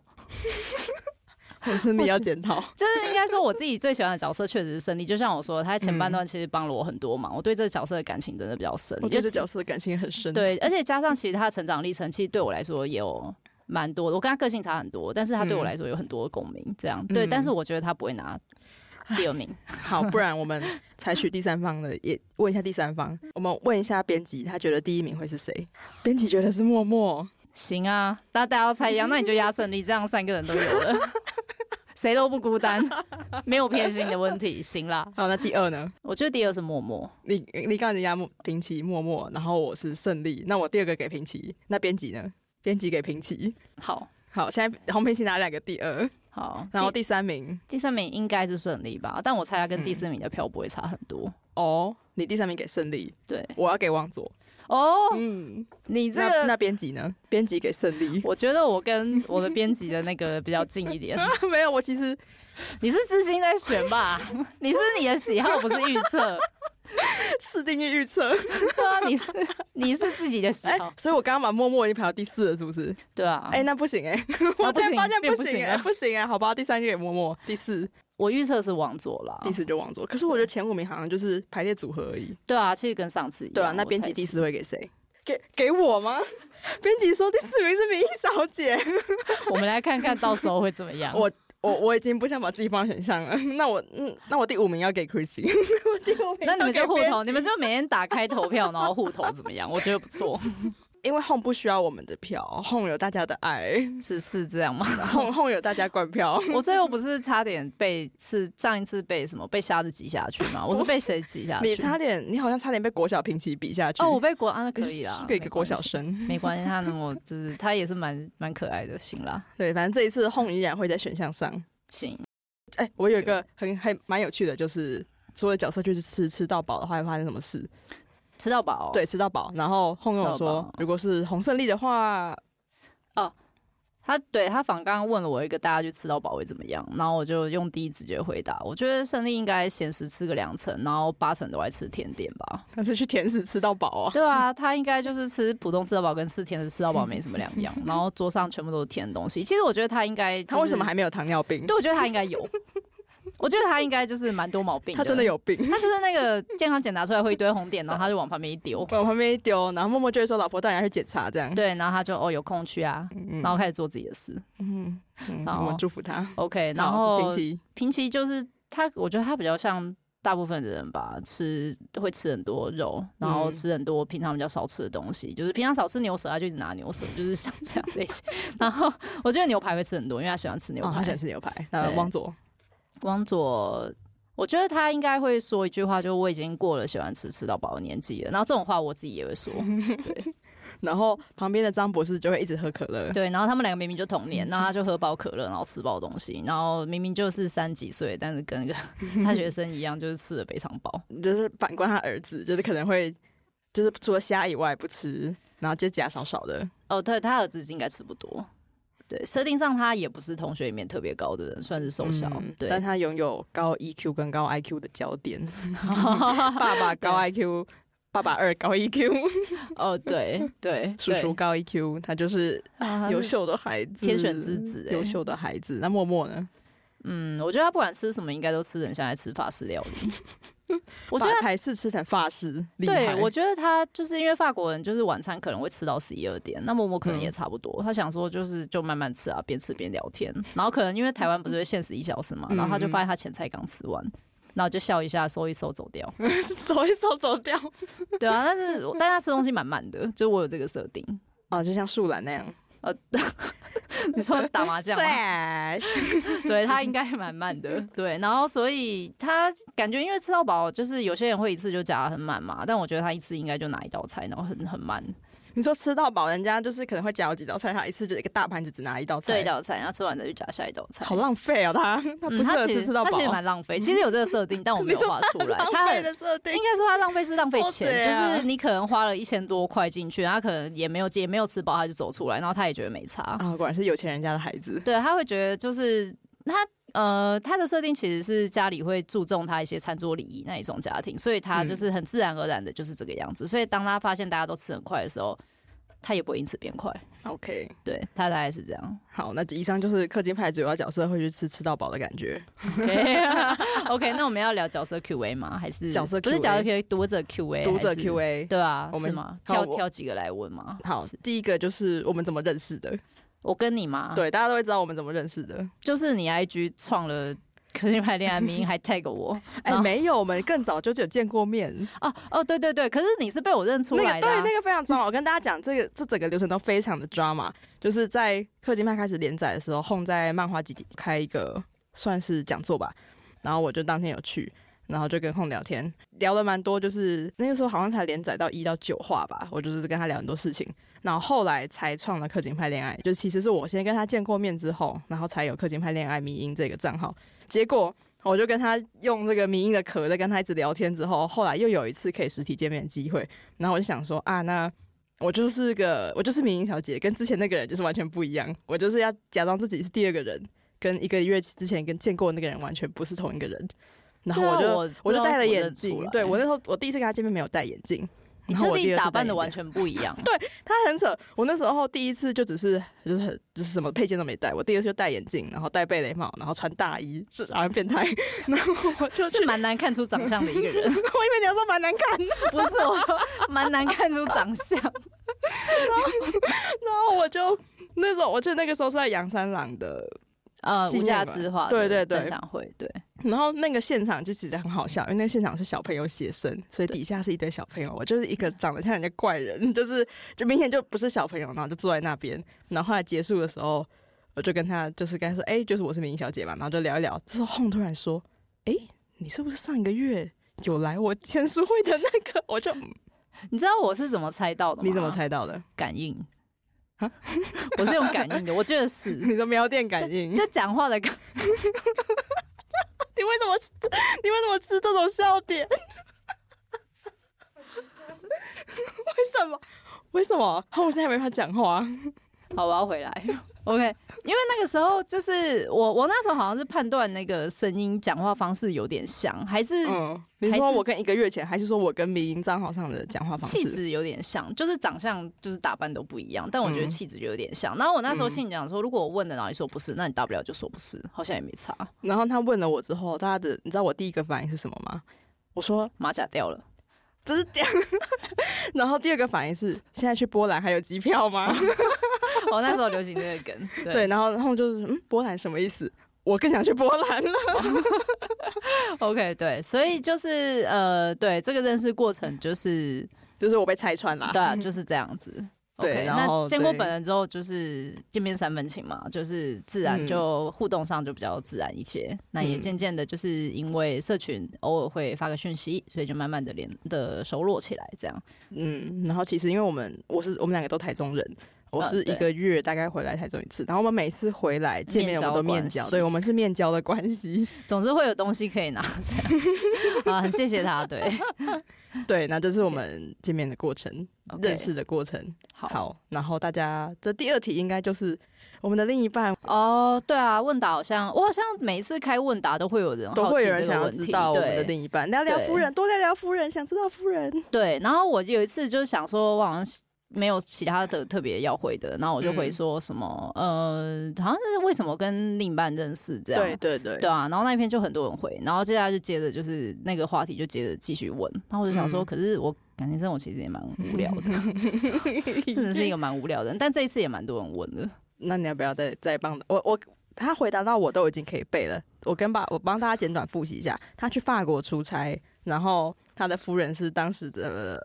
Speaker 1: 我是你要检讨。
Speaker 2: 就是应该说我自己最喜欢的角色确实是胜利。就像我说的，他前半段其实帮了我很多忙，我对这个角色的感情真的比较深。
Speaker 1: 嗯我对
Speaker 2: 尤
Speaker 1: 这
Speaker 2: 其
Speaker 1: 角色的感情很深。，
Speaker 2: 对，而且加上其实他的成长历程，其实对我来说也有蛮多的。我跟他个性差很多，但是他
Speaker 1: 嗯
Speaker 2: 对我来说有很多的共鸣，这样、对。但是我觉得他不会拿第二名，
Speaker 1: 好，不然我们采取第三方的，也问一下第三方。我们问一下编辑，他觉得第一名会是谁？编辑觉得是默默。
Speaker 2: 行啊，那大家要猜一样，那你就压胜利，这样三个人都有了， 谁都不孤单， 没有偏心的问题，行啦。
Speaker 1: 好，那第二呢？
Speaker 2: 我觉得第二是默默，
Speaker 1: 你你刚才压平棋默默，然后我是胜利，那我第二个给平棋，那编辑呢？编辑给平棋。
Speaker 2: 好
Speaker 1: 好，现在红平棋拿两个第二，
Speaker 2: 好，
Speaker 1: 然后
Speaker 2: 第
Speaker 1: 第三名
Speaker 2: 第三名应该是顺利吧，但我猜他跟第
Speaker 1: 嗯
Speaker 2: 四名的票不会差很多。
Speaker 1: 哦，你第三名给胜利，
Speaker 2: 对，
Speaker 1: 我要给王佐。
Speaker 2: 哦，
Speaker 1: 嗯，
Speaker 2: 你这
Speaker 1: 那
Speaker 2: 个。
Speaker 1: 那编辑呢？编辑给胜利
Speaker 2: 我觉得我跟我的编辑的 那个比较近一 点。
Speaker 1: 没有，我其实
Speaker 2: 你是私心在选吧？你是你的喜好，不是预测。
Speaker 1: 是定义预测。
Speaker 2: 对啊， 你是你是自己的喜
Speaker 1: 哎、
Speaker 2: 好，
Speaker 1: 所以我刚刚把默默已经排到第四了，是不是？
Speaker 2: 对啊。
Speaker 1: 哎、那不行哎、 我
Speaker 2: 不
Speaker 1: 突然
Speaker 2: 行
Speaker 1: 发现
Speaker 2: 变
Speaker 1: 不
Speaker 2: 不
Speaker 1: 行
Speaker 2: 行
Speaker 1: 哎、
Speaker 2: 了
Speaker 1: 不行哎、好吧，第三就给默默，第四
Speaker 2: 我预测是王佐啦，
Speaker 1: 第四就王座。可是我觉得前五名好像就是排列组合而已。
Speaker 2: 对啊，其实跟上次一样。
Speaker 1: 对啊，那
Speaker 2: 我
Speaker 1: 编
Speaker 2: 猜
Speaker 1: 辑第
Speaker 2: 是
Speaker 1: 四会给谁？ 给给我吗？ 编辑说第四名是明一小姐，
Speaker 2: 我们来看看到时候会怎么样。
Speaker 1: 我我我已经不想把自己放在选项了。 那我嗯，那我第五名要给 Chrissy，我 第五名
Speaker 2: 那你们
Speaker 1: 要
Speaker 2: 就
Speaker 1: 给
Speaker 2: 互
Speaker 1: 编
Speaker 2: 投，你们就每天打开投票，然后互投怎么样？我觉得不错，
Speaker 1: 因为 Home 不需要我们的票，Home 有大家的爱
Speaker 2: 是是这样吗？
Speaker 1: ，Home Home 有大家灌票。
Speaker 2: 我最后不是差点被是上一次被什么被瞎子挤下去 吗？我是被谁挤下去？
Speaker 1: 你差点， 你好像差点被国小平棋比下去
Speaker 2: 哦，我被国安、啊、
Speaker 1: 你
Speaker 2: 可以啊
Speaker 1: 输，给一个
Speaker 2: 没
Speaker 1: 国
Speaker 2: 关
Speaker 1: 小
Speaker 2: 系
Speaker 1: 生。
Speaker 2: 没关系，他能我就是他也是蛮蛮可爱的，行啦，
Speaker 1: 对，反正这一次 Home 依然会在选项上。
Speaker 2: 行，
Speaker 1: 哎、我有一个很很蛮有趣的，就是所有角色就是吃吃到饱的话会发生什么事？
Speaker 2: 吃到饱、，哦
Speaker 1: 对，吃到饱。然后 Home 跟我
Speaker 2: 吃到
Speaker 1: 说
Speaker 2: 饱，
Speaker 1: 如果是洪胜利的话，
Speaker 2: 他对他反刚刚问了我一个大家去吃到饱会怎么样，然后我就用第一直觉回答，我觉得胜利应该咸食吃个两成，然后八成都爱吃甜点吧。
Speaker 1: 那是去甜食吃到饱啊。
Speaker 2: 对啊，他应该就是吃普通吃到饱跟吃甜食吃到饱没什么两 样，然后桌上全部都是甜的东西。其实我觉得他应该、
Speaker 1: 他为什么？还没有糖尿病？
Speaker 2: 对，我觉得他应 该有，我觉得他应该就是蛮多毛病
Speaker 1: 他真的
Speaker 2: 有，
Speaker 1: 有病。
Speaker 2: 他就是那个健康检查出来会一堆红点，然后他就往旁边一丢。
Speaker 1: 往旁边一丢，然后默默就会说：“老婆，带你要去检查。”这样。
Speaker 2: 对，然后他就哦有空去啊，
Speaker 1: 嗯，
Speaker 2: 然后开始做自己的事。
Speaker 1: 嗯嗯，
Speaker 2: 好
Speaker 1: 我们祝福他。
Speaker 2: OK，
Speaker 1: 嗯
Speaker 2: 然
Speaker 1: 好
Speaker 2: 后
Speaker 1: 平棋
Speaker 2: 平齐就是他，我觉得他比较像大部分的人吧，吃会吃很多肉，然后
Speaker 1: 嗯
Speaker 2: 吃很多平常比较少吃的东西，就是平常少吃牛舌，他就一直拿牛舌，就是像这样类型。 然后我觉得牛排会吃很多，因为他喜欢吃牛
Speaker 1: 哦，他
Speaker 2: 排。
Speaker 1: 喜欢吃牛排。那
Speaker 2: 对
Speaker 1: 汪佐，
Speaker 2: 光佐，我觉得他应该会说一句话，就我已经过了喜欢吃吃到饱的年纪了。然后这种话我自己也会说，
Speaker 1: 然后旁边的张博士就会一直喝可乐。
Speaker 2: 对。然后他们两个明明就同年，然后他就喝饱可乐，然后吃饱东西，然后明明就是三十几岁，但是跟那 个大学生一样，就是吃的非常饱。
Speaker 1: 就是反观他儿子，就是可能会就是除了虾以外不吃，然后就夹少少的。
Speaker 2: 哦，对，他儿子应该吃不多。对，设定上他也不是同学里面特别高的人，算是瘦小。
Speaker 1: 嗯
Speaker 2: 对，
Speaker 1: 但他拥有高 EQ 跟高 IQ 的焦 点，爸爸高 IQ，爸爸二高 EQ，
Speaker 2: 哦， 对对，
Speaker 1: 叔叔高 EQ，他就是
Speaker 2: 对啊他
Speaker 1: 优
Speaker 2: 是
Speaker 1: 秀的孩子，
Speaker 2: 天选之子欸
Speaker 1: 优秀的孩子。那默默呢？
Speaker 2: 嗯，我觉得他不管吃什么，应该都吃得很像在吃法式料理。 我觉得
Speaker 1: 法
Speaker 2: 他。
Speaker 1: 台式吃成法式，厉害
Speaker 2: 对， 我觉得他就是因为法国人，就是晚餐可能会吃到十一二点，那默默可能也差不多。他想说就是就慢慢吃啊，边吃边聊天。然后可能因为台湾不是会限时一小时嘛，然后他就发现他前菜刚吃完，然后就笑一下，收一收走掉。
Speaker 1: 手一手走掉
Speaker 2: 对啊，但是我但他吃东西蛮慢的，就我有这个设定。
Speaker 1: 啊，就像树懒那样。
Speaker 2: 你说打麻将吗？
Speaker 1: Flash，
Speaker 2: 对他应该蛮慢的，对。然后所以他感觉因为吃到饱，就是有些人会一次就夹得很满嘛，但我觉得他一次应该就拿一道菜，然后很很慢，
Speaker 1: 你说吃到饱，人家就是可能会夹好几道菜，他一次就一个大盘子只拿一道
Speaker 2: 这
Speaker 1: 菜
Speaker 2: 一，道菜，然后吃完再去夹下一道菜。
Speaker 1: 好浪费哦，他他不
Speaker 2: 嗯，
Speaker 1: 适
Speaker 2: 他
Speaker 1: 合
Speaker 2: 其
Speaker 1: 吃
Speaker 2: 实
Speaker 1: 吃到
Speaker 2: 他
Speaker 1: 饱
Speaker 2: 其，实蛮 浪费，其实有这个设定，但我没
Speaker 1: 你
Speaker 2: 有
Speaker 1: 说
Speaker 2: 画出来。
Speaker 1: 浪
Speaker 2: 他
Speaker 1: 费
Speaker 2: 很
Speaker 1: 的设定
Speaker 2: 应。该说他浪费是浪费
Speaker 1: 好
Speaker 2: 钱，
Speaker 1: 贼啊
Speaker 2: 就是你可能花了一千多块进去，然后他可能也没有也没有吃饱，他就走出来，然后他也觉得没差。
Speaker 1: 啊，果然是有钱人家的孩子。
Speaker 2: 对，他会觉得就是他呃，他的设定其实是家里会注重他一些餐桌礼仪那一种家庭，所以他
Speaker 1: 嗯
Speaker 2: 就是很自然而然的就是这个样子。所以当他发现大家都吃很快的时候，他也不会因此变快。
Speaker 1: OK，
Speaker 2: 对他大概是这样。
Speaker 1: 好，那以上就是氪金派主要角色会去吃吃到饱的感觉。
Speaker 2: OK，那我们要聊角色 Q&A 吗？还是
Speaker 1: 角色
Speaker 2: 不是角色
Speaker 1: Q&A
Speaker 2: Q&A，读者 Q&A，
Speaker 1: 读者
Speaker 2: 还是
Speaker 1: Q&A，
Speaker 2: 对啊，
Speaker 1: 我们
Speaker 2: 是吗？
Speaker 1: 好
Speaker 2: 挑
Speaker 1: 我
Speaker 2: 挑几个来问吗？
Speaker 1: 好
Speaker 2: 是，啊
Speaker 1: 第一个就是我们怎么认识的。
Speaker 2: 我跟你吗？，
Speaker 1: 对，大家都会知道我们怎么认识的。
Speaker 2: 就是你 IG 创了。可是拍恋 爱名还 tag 我
Speaker 1: 哎，
Speaker 2: 啊
Speaker 1: 没有，我们更早就有见过面。
Speaker 2: 哦哦对对对，可是你是被我认出
Speaker 1: 那
Speaker 2: 来
Speaker 1: 个
Speaker 2: 的、
Speaker 1: 对
Speaker 2: 啊，
Speaker 1: 那个非常 drama，我跟大家讲，这个 这整个流程都非常的 drama。就是在氪金派开始连载的时候，轰在漫画集开一个算是讲座吧，然后我就当天有去，然后就跟轰聊天，聊了蛮多，就是那个时候好像才连载到一到九话吧，我就是跟他聊很多事情，然后后来才创了氪金派恋爱，就其实是我先跟他见过面之后，然后才有氪金派恋爱迷音这个账号，结果。我就跟他用这个迷音的壳在跟他一直聊天之后，后来又有一次可以实体见面的机会，然后我就想说啊，那我就是个我就是民营小姐，跟之前那个人就是完全不一样，我就是要假装自己是第二个人，跟一个月之前跟见过的那个人完全不是同一个人。然后
Speaker 2: 对
Speaker 1: 我就、
Speaker 2: 啊我
Speaker 1: 我就
Speaker 2: 不知道
Speaker 1: 戴了
Speaker 2: 为什么
Speaker 1: 眼
Speaker 2: 认出
Speaker 1: 镜
Speaker 2: 来，
Speaker 1: 对我那时候我第一次跟他见面没有戴眼镜，
Speaker 2: 你
Speaker 1: 然后
Speaker 2: 特
Speaker 1: 我第
Speaker 2: 地
Speaker 1: 二次
Speaker 2: 打扮
Speaker 1: 戴
Speaker 2: 的
Speaker 1: 眼
Speaker 2: 完
Speaker 1: 镜
Speaker 2: 全不一 样。
Speaker 1: 他很扯。我那时候第一次就只是就是很就是什么配件都没带，我第二次就戴眼镜，然后戴贝雷帽，然后穿大衣，是好像变态。然后 我就去，
Speaker 2: 是蛮难看出长相的一个人，
Speaker 1: 我以为你要说蛮难看的，
Speaker 2: 不是我说蛮难看出长相，
Speaker 1: 然后我就那时候我记得那个时候是在杨三郎的，
Speaker 2: 呃，
Speaker 1: 纪
Speaker 2: 无
Speaker 1: 念
Speaker 2: 价
Speaker 1: 吧
Speaker 2: 之化
Speaker 1: 对对
Speaker 2: 的
Speaker 1: 对
Speaker 2: 分享会，对，
Speaker 1: 然后那个现场就其实很好笑，因为那个现场是小朋友写生，所以底下是一堆小朋友，我就是一个长得像人家怪人， 就是就明显就不是小朋友，然后就坐在那边，然后后来结束的时候，我就跟他就是跟他说，哎、就是我是明小姐嘛，然后就聊一聊，之后轰突然说，哎、你是不是上一个月？有来我签书会的那个，我就嗯
Speaker 2: 你知道我是怎么猜到的吗？
Speaker 1: 你怎么？猜 到的？
Speaker 2: 感应
Speaker 1: 啊。 嗯
Speaker 2: 我是用感应的，我觉得是，
Speaker 1: 你的喵电感应，
Speaker 2: 就讲话的感，
Speaker 1: 你为什么吃？你为什么吃这种笑点？ 为什么？为什么？啊我现在没法讲话。
Speaker 2: 好，我要回来。OK，因为那个时候就是我，我那时候好像是判断那个声音讲话方式有点像，还是
Speaker 1: 嗯，你
Speaker 2: 还
Speaker 1: 说
Speaker 2: 是
Speaker 1: 我跟一个月前，还是说我跟迷音账号上的讲话方
Speaker 2: 气
Speaker 1: 式？
Speaker 2: 质有点像，就是长相就是打扮都不一样，但我觉得
Speaker 1: 嗯
Speaker 2: 气质有点像。然后我那时候心里讲说，如果我问了，然后你说不是，那你大不了就说不是，好像也没差，
Speaker 1: 然后他问了我之后，大家的，你知道我第一个反应是什么吗？我说
Speaker 2: 马甲掉了。
Speaker 1: 这是这样。然后第二个反应是，现在去波兰还有机票吗？
Speaker 2: 我那时候流行这个梗，哦对，
Speaker 1: 对，然后他们就是，嗯，波兰什么意思？我更想去波兰了。
Speaker 2: OK，对，所以就是呃，对这个认识过程就是
Speaker 1: 就是我被拆穿了。
Speaker 2: 对啊，就是这样子。
Speaker 1: 对
Speaker 2: OK，
Speaker 1: 然后
Speaker 2: 那见过
Speaker 1: 对
Speaker 2: 本人之后，就是见面三分情嘛，就是自然
Speaker 1: 嗯
Speaker 2: 就互动上就比较自然一些。那也
Speaker 1: 嗯
Speaker 2: 渐渐的，就是因为社群偶尔会发个讯息，所以就慢慢的连的熟络起来，这样。
Speaker 1: 嗯，然后其实因为我们我是我们两个都台中人，我
Speaker 2: 啊
Speaker 1: 是一
Speaker 2: 对
Speaker 1: 个月大概回来台中一次，然后我们每次回来见面我
Speaker 2: 面交
Speaker 1: 们都面
Speaker 2: 关
Speaker 1: 交，
Speaker 2: 系
Speaker 1: 对我们是面交的关 系，
Speaker 2: 总之会有东西可以拿，这样 啊，很谢谢 他，对
Speaker 1: 对，那这是我们见面的过程
Speaker 2: o
Speaker 1: 认识的过程。
Speaker 2: 好
Speaker 1: 好，然后大家的第二题应该就是我们的另一半
Speaker 2: 哦，对啊，问答好像我好像每一次开问答都会有人
Speaker 1: 都
Speaker 2: 好
Speaker 1: 会
Speaker 2: 奇
Speaker 1: 有人
Speaker 2: 这个
Speaker 1: 想要
Speaker 2: 问
Speaker 1: 知
Speaker 2: 题
Speaker 1: 道我们
Speaker 2: 对
Speaker 1: 的另一半，聊聊
Speaker 2: 对
Speaker 1: 夫人，多聊聊夫人，想知道夫人，
Speaker 2: 对，然后我有一次就是想说，我好像没有其他的特别要回的，然后我就回
Speaker 1: 嗯
Speaker 2: 说什么、呃，好像是为什么跟另一半认识这样。
Speaker 1: 对对对
Speaker 2: 对啊，然后那一篇就很多人回，然后接下来就接着就是那个话题就接着继续问，然后我就想说，
Speaker 1: 嗯
Speaker 2: 可是我感情生活其实也蛮无聊 的，真的是一个蛮无聊的人，但这一次也蛮多人问的，
Speaker 1: 那你要不要再再帮我我他回答到我都已经可以背了，我跟爸我帮大家简短复习一下。他去法国出差，然后他的夫人是当时的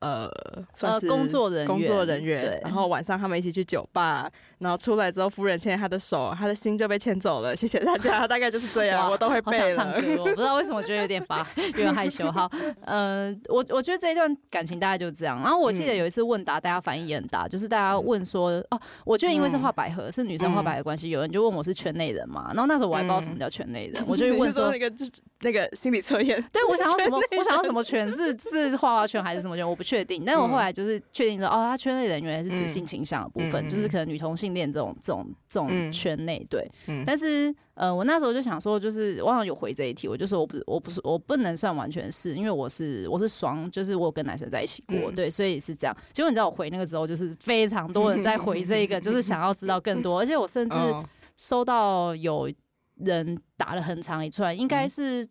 Speaker 1: 呃算
Speaker 2: 呃，
Speaker 1: 是
Speaker 2: 工作人员，
Speaker 1: 工作人员，
Speaker 2: 对，
Speaker 1: 然后晚上他们一起去酒吧，然后出来之后夫人牵他的手，他的心就被牵走了。谢谢大 家，大概就是这
Speaker 2: 哇
Speaker 1: 啊样，我都会
Speaker 2: 好想
Speaker 1: 背
Speaker 2: 唱
Speaker 1: 了。
Speaker 2: 歌，我不知道为什么觉得有点 乏，有点害羞。好，呃，我我觉得这一段感情大概就这样。然后我记
Speaker 1: 嗯
Speaker 2: 得有一次问答，大家反应也很大，就是大家问说，哦，我觉得因为是
Speaker 1: 嗯
Speaker 2: 画百合，是女生画百合关系，有人就问我是圈内人嘛。然后那时候我还不知道什么叫圈内 人，我就
Speaker 1: 嗯你
Speaker 2: 会
Speaker 1: 是
Speaker 2: 问
Speaker 1: 说
Speaker 2: 说
Speaker 1: 那。个就是那个心理测验，
Speaker 2: 对，我想要什么？我想要什么圈？是是画画圈还是什么圈？我不确定。但
Speaker 1: 嗯
Speaker 2: 我后来就是确定说，哦，他圈内人原来是指性倾向的部分，
Speaker 1: 嗯
Speaker 2: 就是可能女同性恋这种这种这种
Speaker 1: 嗯
Speaker 2: 圈内对。
Speaker 1: 嗯
Speaker 2: 但是呃，我那时候就想说，就是我好像有回这一题，我就说我不我不是我不能算完全是因为我是我是双，就是我有跟男生在一起过，
Speaker 1: 嗯
Speaker 2: 对，所以是这样。结果你知道我回那个时候，就是非常多 人在回这个，就是想要知道更多，而且我甚至
Speaker 1: 嗯
Speaker 2: 收到有人打了很长一串，应
Speaker 1: 嗯
Speaker 2: 该是、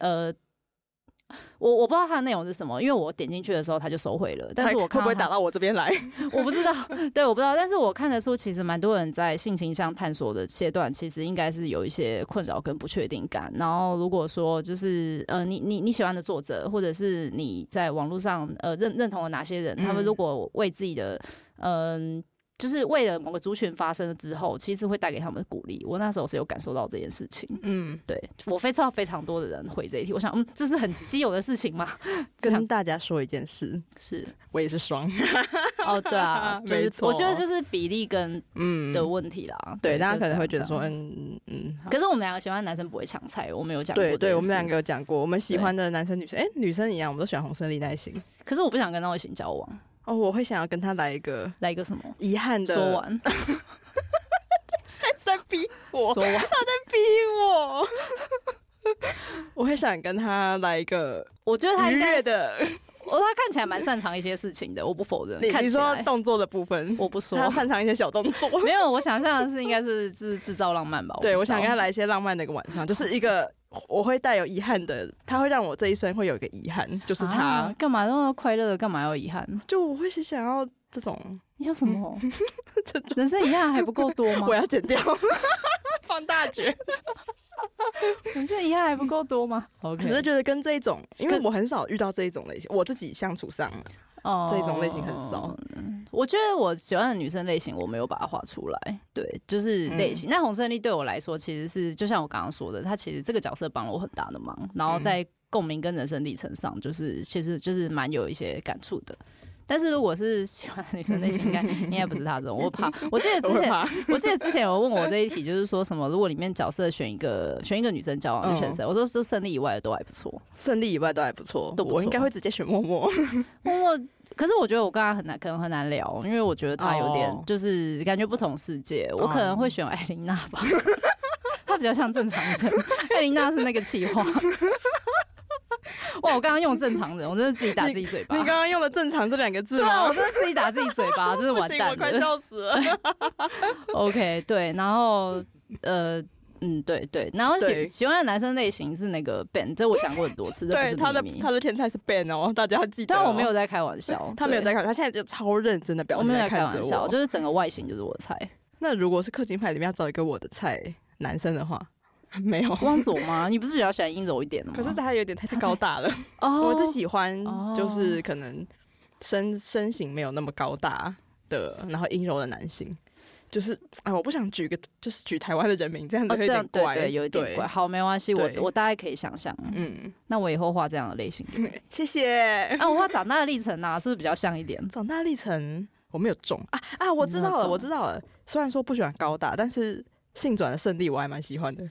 Speaker 2: 呃。我我不知道它的内容是什么，因为我点进去的时候它就收回了，但是我
Speaker 1: 会
Speaker 2: 看
Speaker 1: 不
Speaker 2: 到
Speaker 1: 会
Speaker 2: 它
Speaker 1: 打到我这边来？
Speaker 2: 我不知道， 对，我不知道，但是我看得出，其实蛮多人在性倾向探索的阶段，其实应该是有一些困扰跟不确定感。然后，如果说就是呃，你你你喜欢的作者，或者是你在网络上呃认认同了哪些人，他
Speaker 1: 嗯
Speaker 2: 们如果为自己的嗯、就是为了某个族群发声了之后，其实会带给他们鼓励。我那时候是有感受到这件事情，
Speaker 1: 嗯，
Speaker 2: 对我非常非常多的人回这一题，我想，嗯，这是很稀有的事情吗？这样
Speaker 1: 跟大家说一件事，
Speaker 2: 是
Speaker 1: 我也是双，
Speaker 2: 哦，对 啊，就
Speaker 1: 没
Speaker 2: 是
Speaker 1: 错
Speaker 2: 我觉得就是比例跟
Speaker 1: 嗯
Speaker 2: 的问题啦。
Speaker 1: 对，大家
Speaker 2: 就
Speaker 1: 可能会觉
Speaker 2: 这
Speaker 1: 得
Speaker 2: 样啊
Speaker 1: 说，，嗯嗯，
Speaker 2: 可是我们两个喜欢的男生不会抢菜，我们有讲过。
Speaker 1: 对对，我们两
Speaker 2: 个，
Speaker 1: 个有讲过，我们喜
Speaker 2: 对
Speaker 1: 欢的男生女生，哎、女生一样，我们都喜欢红胜利那一型。
Speaker 2: 可是我不想跟他们型交往，
Speaker 1: 哦，我会想要跟他来一个
Speaker 2: 来一个什么？
Speaker 1: 遗憾的，
Speaker 2: 说完，
Speaker 1: 在逼我，
Speaker 2: 说完，
Speaker 1: 逼我， 我会想跟他来一个
Speaker 2: 我觉得他
Speaker 1: 愉
Speaker 2: 应该
Speaker 1: 悦，的。
Speaker 2: 哦，他看起来蛮擅长一些事情的，我不否认。
Speaker 1: 你
Speaker 2: 看
Speaker 1: 你
Speaker 2: 起
Speaker 1: 说
Speaker 2: 来
Speaker 1: 动作的部分，
Speaker 2: 我不说，
Speaker 1: 他擅长一些小动作。
Speaker 2: 没有，我想象的是应该是制制造浪漫吧。
Speaker 1: 对，
Speaker 2: 不
Speaker 1: 我
Speaker 2: 知道
Speaker 1: 想跟他来一些浪漫的一个晚上，就是一个我会带有遗憾的，他会让我这一生会有一个遗憾，就是他，
Speaker 2: 啊干、嘛那么快乐，干嘛要遗憾？
Speaker 1: 就我会是想要这种，
Speaker 2: 你有 什么？
Speaker 1: 这种
Speaker 2: 人生遗憾还不够多吗
Speaker 1: 我？要剪掉，放大绝。
Speaker 2: 人生遗憾还不够多吗？OK，
Speaker 1: 可是觉得跟这一种，因为
Speaker 2: 跟
Speaker 1: 我很少遇到这一种类型，我自己相处上，
Speaker 2: 哦
Speaker 1: 这种类型很少。
Speaker 2: 我觉得我喜欢的女生类型，我没有把它画出来。对，就是
Speaker 1: 嗯
Speaker 2: 类型。那、红胜利对我来说，其实是就像我刚刚说的，她其实这个角色帮了我很大的忙，然
Speaker 1: 嗯
Speaker 2: 后在共鸣跟人生历程上，就是其实就是蛮有一些感触的。但是如果是喜欢的女生类型，应该应该不是她这种。我怕，我记得
Speaker 1: 我
Speaker 2: 之
Speaker 1: 会
Speaker 2: 前
Speaker 1: 怕。
Speaker 2: 我记得之前有问我这一题，就是说什么，如果里面角色选一个选一个女生交
Speaker 1: 嗯
Speaker 2: 往，你选谁？我说是胜利以外的都还不错。
Speaker 1: 胜利以外都还不错，
Speaker 2: 都不错啊
Speaker 1: 我应该会直接选默 默。
Speaker 2: 我可是我觉得我跟他很难，可能很难聊，因为我觉得他有点
Speaker 1: 哦
Speaker 2: 就是感觉不同世界。我
Speaker 1: 哦
Speaker 2: 可能会选艾琳娜 吧，她比较像正常人，艾琳娜是那个气话。 哇，我刚刚用正常人，我真的自己打自己嘴巴
Speaker 1: 你。刚刚用了“正常”这两个字
Speaker 2: 对啊，
Speaker 1: 吗
Speaker 2: 我？真的自己打自己嘴 巴，真是
Speaker 1: 不
Speaker 2: 完
Speaker 1: 行，我
Speaker 2: 蛋
Speaker 1: 快
Speaker 2: 了。
Speaker 1: 笑死了。
Speaker 2: OK，对，然后呃。嗯，对对，然后喜
Speaker 1: 对
Speaker 2: 喜欢的男生类型是那个 Ben，这我讲过很多次，这不
Speaker 1: 对，
Speaker 2: 是
Speaker 1: 他的
Speaker 2: 秘密
Speaker 1: 他。的天才是 Ben 哦，大家要记得哦。
Speaker 2: 但我没有在开玩笑，
Speaker 1: 他没有
Speaker 2: 对
Speaker 1: 在看，他现在就超认真的表
Speaker 2: 我
Speaker 1: 情
Speaker 2: 没有
Speaker 1: 在
Speaker 2: 在开
Speaker 1: 看着
Speaker 2: 玩笑，
Speaker 1: 我。
Speaker 2: 就是整个外形就是我的菜。
Speaker 1: 那如果是氪金派里面要找一个我的菜男生的话，没 有。
Speaker 2: 汪总吗？你不是比较喜欢阴柔一点的吗？
Speaker 1: 可是他有点太太高大了，
Speaker 2: 哦，
Speaker 1: 我是喜欢
Speaker 2: 哦
Speaker 1: 就是可能身身形没有那么高大的，然后阴柔的男性。就是哎，我不想举个，就是举台湾的人名，这样子
Speaker 2: 哦
Speaker 1: 会有
Speaker 2: 这
Speaker 1: 点
Speaker 2: 样对
Speaker 1: 怪，
Speaker 2: 对，有一点怪。。好，没关系，我
Speaker 1: 对
Speaker 2: 我大概可以想象。
Speaker 1: 嗯，
Speaker 2: 那我以后画这样的类型，
Speaker 1: 谢 谢。
Speaker 2: 啊，我画长大的历程啊，是不是比较像一点？
Speaker 1: 长大历程我没有中啊啊！我知道了，我知道了。虽然说不喜欢高大，但是性转的胜利我还蛮喜欢的。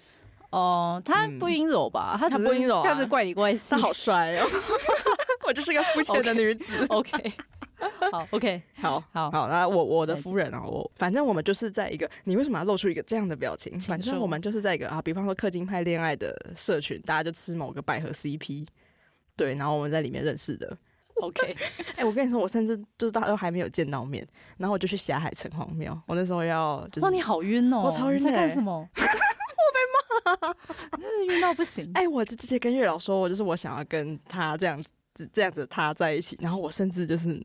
Speaker 2: 哦，他
Speaker 1: 嗯
Speaker 2: 不阴柔吧？他只
Speaker 1: 他
Speaker 2: 是
Speaker 1: 不阴柔啊
Speaker 2: 他是怪里怪气
Speaker 1: 他。好帅哦， 我就是个肤浅的女子。
Speaker 2: OK，好 OK，
Speaker 1: 好
Speaker 2: 好
Speaker 1: 好，那我我的夫人哦，我反正我们就是在一个，你为什么要露出一个这样的表情？
Speaker 2: 请
Speaker 1: 反正
Speaker 2: 说
Speaker 1: 我们就是在一个啊，比方说氪金派恋爱的社群，大家就吃某个百合 CP，对，然后我们在里面认识的。
Speaker 2: OK，
Speaker 1: 哎、我跟你说，我甚至就是大家都还没有见到面，然后我就去霞海城隍庙，我那时候要就是
Speaker 2: 哇，你好晕哦！
Speaker 1: 我超晕
Speaker 2: 你在
Speaker 1: 的
Speaker 2: 干
Speaker 1: 欸
Speaker 2: 什么？我被 骂，真是晕到不行。
Speaker 1: 哎、我直接跟月老说，我就是我想要跟他这样子这样子他在一起，然后我甚至就是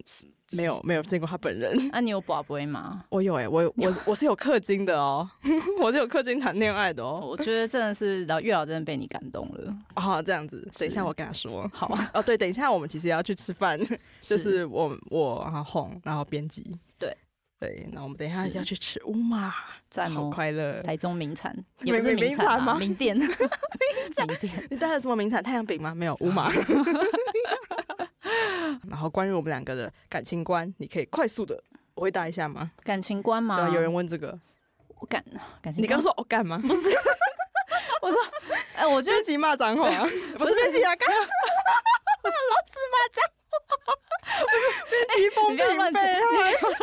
Speaker 1: 没有没有见过他本人。
Speaker 2: 啊那你有宝贝吗？
Speaker 1: 我有哎、我有我我是有氪金的哦， 我是有氪金谈恋爱的哦。
Speaker 2: 我觉得真的是，然后月老真的被你感动了。
Speaker 1: 啊，这样子，
Speaker 2: 是
Speaker 1: 等一下我跟他说。
Speaker 2: 好，啊
Speaker 1: 哦，对，等一下我们其实也要去吃 饭，就是我我啊红，然后编辑
Speaker 2: 对
Speaker 1: 对，那我们等一下
Speaker 2: 是
Speaker 1: 要去吃乌马，
Speaker 2: 赞
Speaker 1: 好
Speaker 2: 哦！
Speaker 1: 快乐。
Speaker 2: 台中名产，
Speaker 1: 美
Speaker 2: 也不
Speaker 1: 美
Speaker 2: 是名产
Speaker 1: 名产
Speaker 2: 啊，
Speaker 1: 吗
Speaker 2: 名 店，名店。
Speaker 1: 你带了什么名产？太阳饼吗？没有，乌 马。 然后关于我们两个的感情观，你可以快速的回答一下吗？
Speaker 2: 感情观
Speaker 1: 对、
Speaker 2: 嘛，
Speaker 1: 啊，有人问这个，
Speaker 2: 我感感情观，
Speaker 1: 你刚说我干嘛？不 是
Speaker 2: 我说，哎，我觉得
Speaker 1: 编辑骂 脏话啊，不是编辑啊，干嘛？我
Speaker 2: 你
Speaker 1: 是
Speaker 2: 不要
Speaker 1: 老
Speaker 2: 乱
Speaker 1: 是骂脏话，不是编辑风评
Speaker 2: 讲
Speaker 1: 被害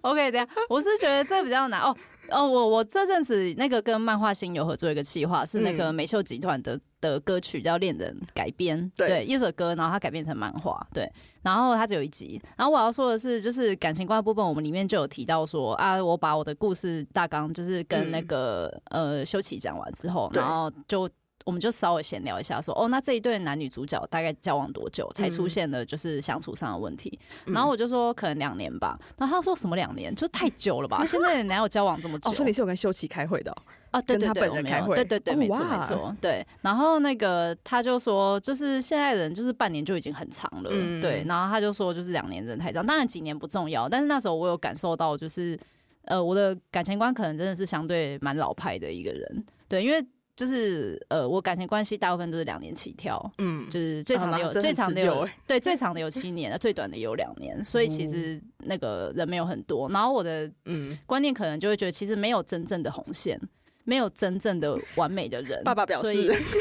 Speaker 2: OK，等一下，我是觉得这比较难哦。哦，我我这阵子那个跟漫画星有合作一个企划，是那个美秀集团的的歌曲叫《恋人》改编，
Speaker 1: 对
Speaker 2: 对，一首歌，然后它改编成漫画，对，然后它只有一集。然后我要说的是，就是感情观的部分，我们里面就有提到说啊，我把我的故事大纲就是跟那个、呃修齐讲完之后，
Speaker 1: 对
Speaker 2: 然后就。我们就稍微闲聊一下说哦，那这一对男女主角大概交往多久才出
Speaker 1: 嗯
Speaker 2: 现了就是相处上的问题？
Speaker 1: 嗯
Speaker 2: 然后我就说可能两年吧，然后他说什么两年，就太久 了吧？现在哪有交往这么久？
Speaker 1: 哦，所以你是有跟秀琪开会的哦、
Speaker 2: 啊，对
Speaker 1: 跟
Speaker 2: 对
Speaker 1: 他
Speaker 2: 对，
Speaker 1: 本
Speaker 2: 我
Speaker 1: 人
Speaker 2: 没
Speaker 1: 开
Speaker 2: 有，
Speaker 1: 会
Speaker 2: 对对对，
Speaker 1: 哦
Speaker 2: 没错
Speaker 1: 哇
Speaker 2: 没错，对。然后那个他就说，就是现在人就是半年就已经很长了，
Speaker 1: 嗯
Speaker 2: 对。然后他就说，就是两年真的太长，当然几年不重要，但是那时候我有感受到，就是呃，我的感情观可能真的是相对蛮老派的一个人，对，因为就是呃，我感情关系大部分都是两年起跳，
Speaker 1: 嗯，
Speaker 2: 就是最长的有、
Speaker 1: 啊那真的
Speaker 2: 最
Speaker 1: 很
Speaker 2: 长的
Speaker 1: 持久
Speaker 2: 有
Speaker 1: 欸
Speaker 2: 对最长的有七年，最短的也有两年，所以其实那个人没有很多。然后我的
Speaker 1: 嗯，
Speaker 2: 观念可能就会觉得，其实没有真正的红线，没有真正的完美的人。
Speaker 1: 爸爸表
Speaker 2: 所以
Speaker 1: 示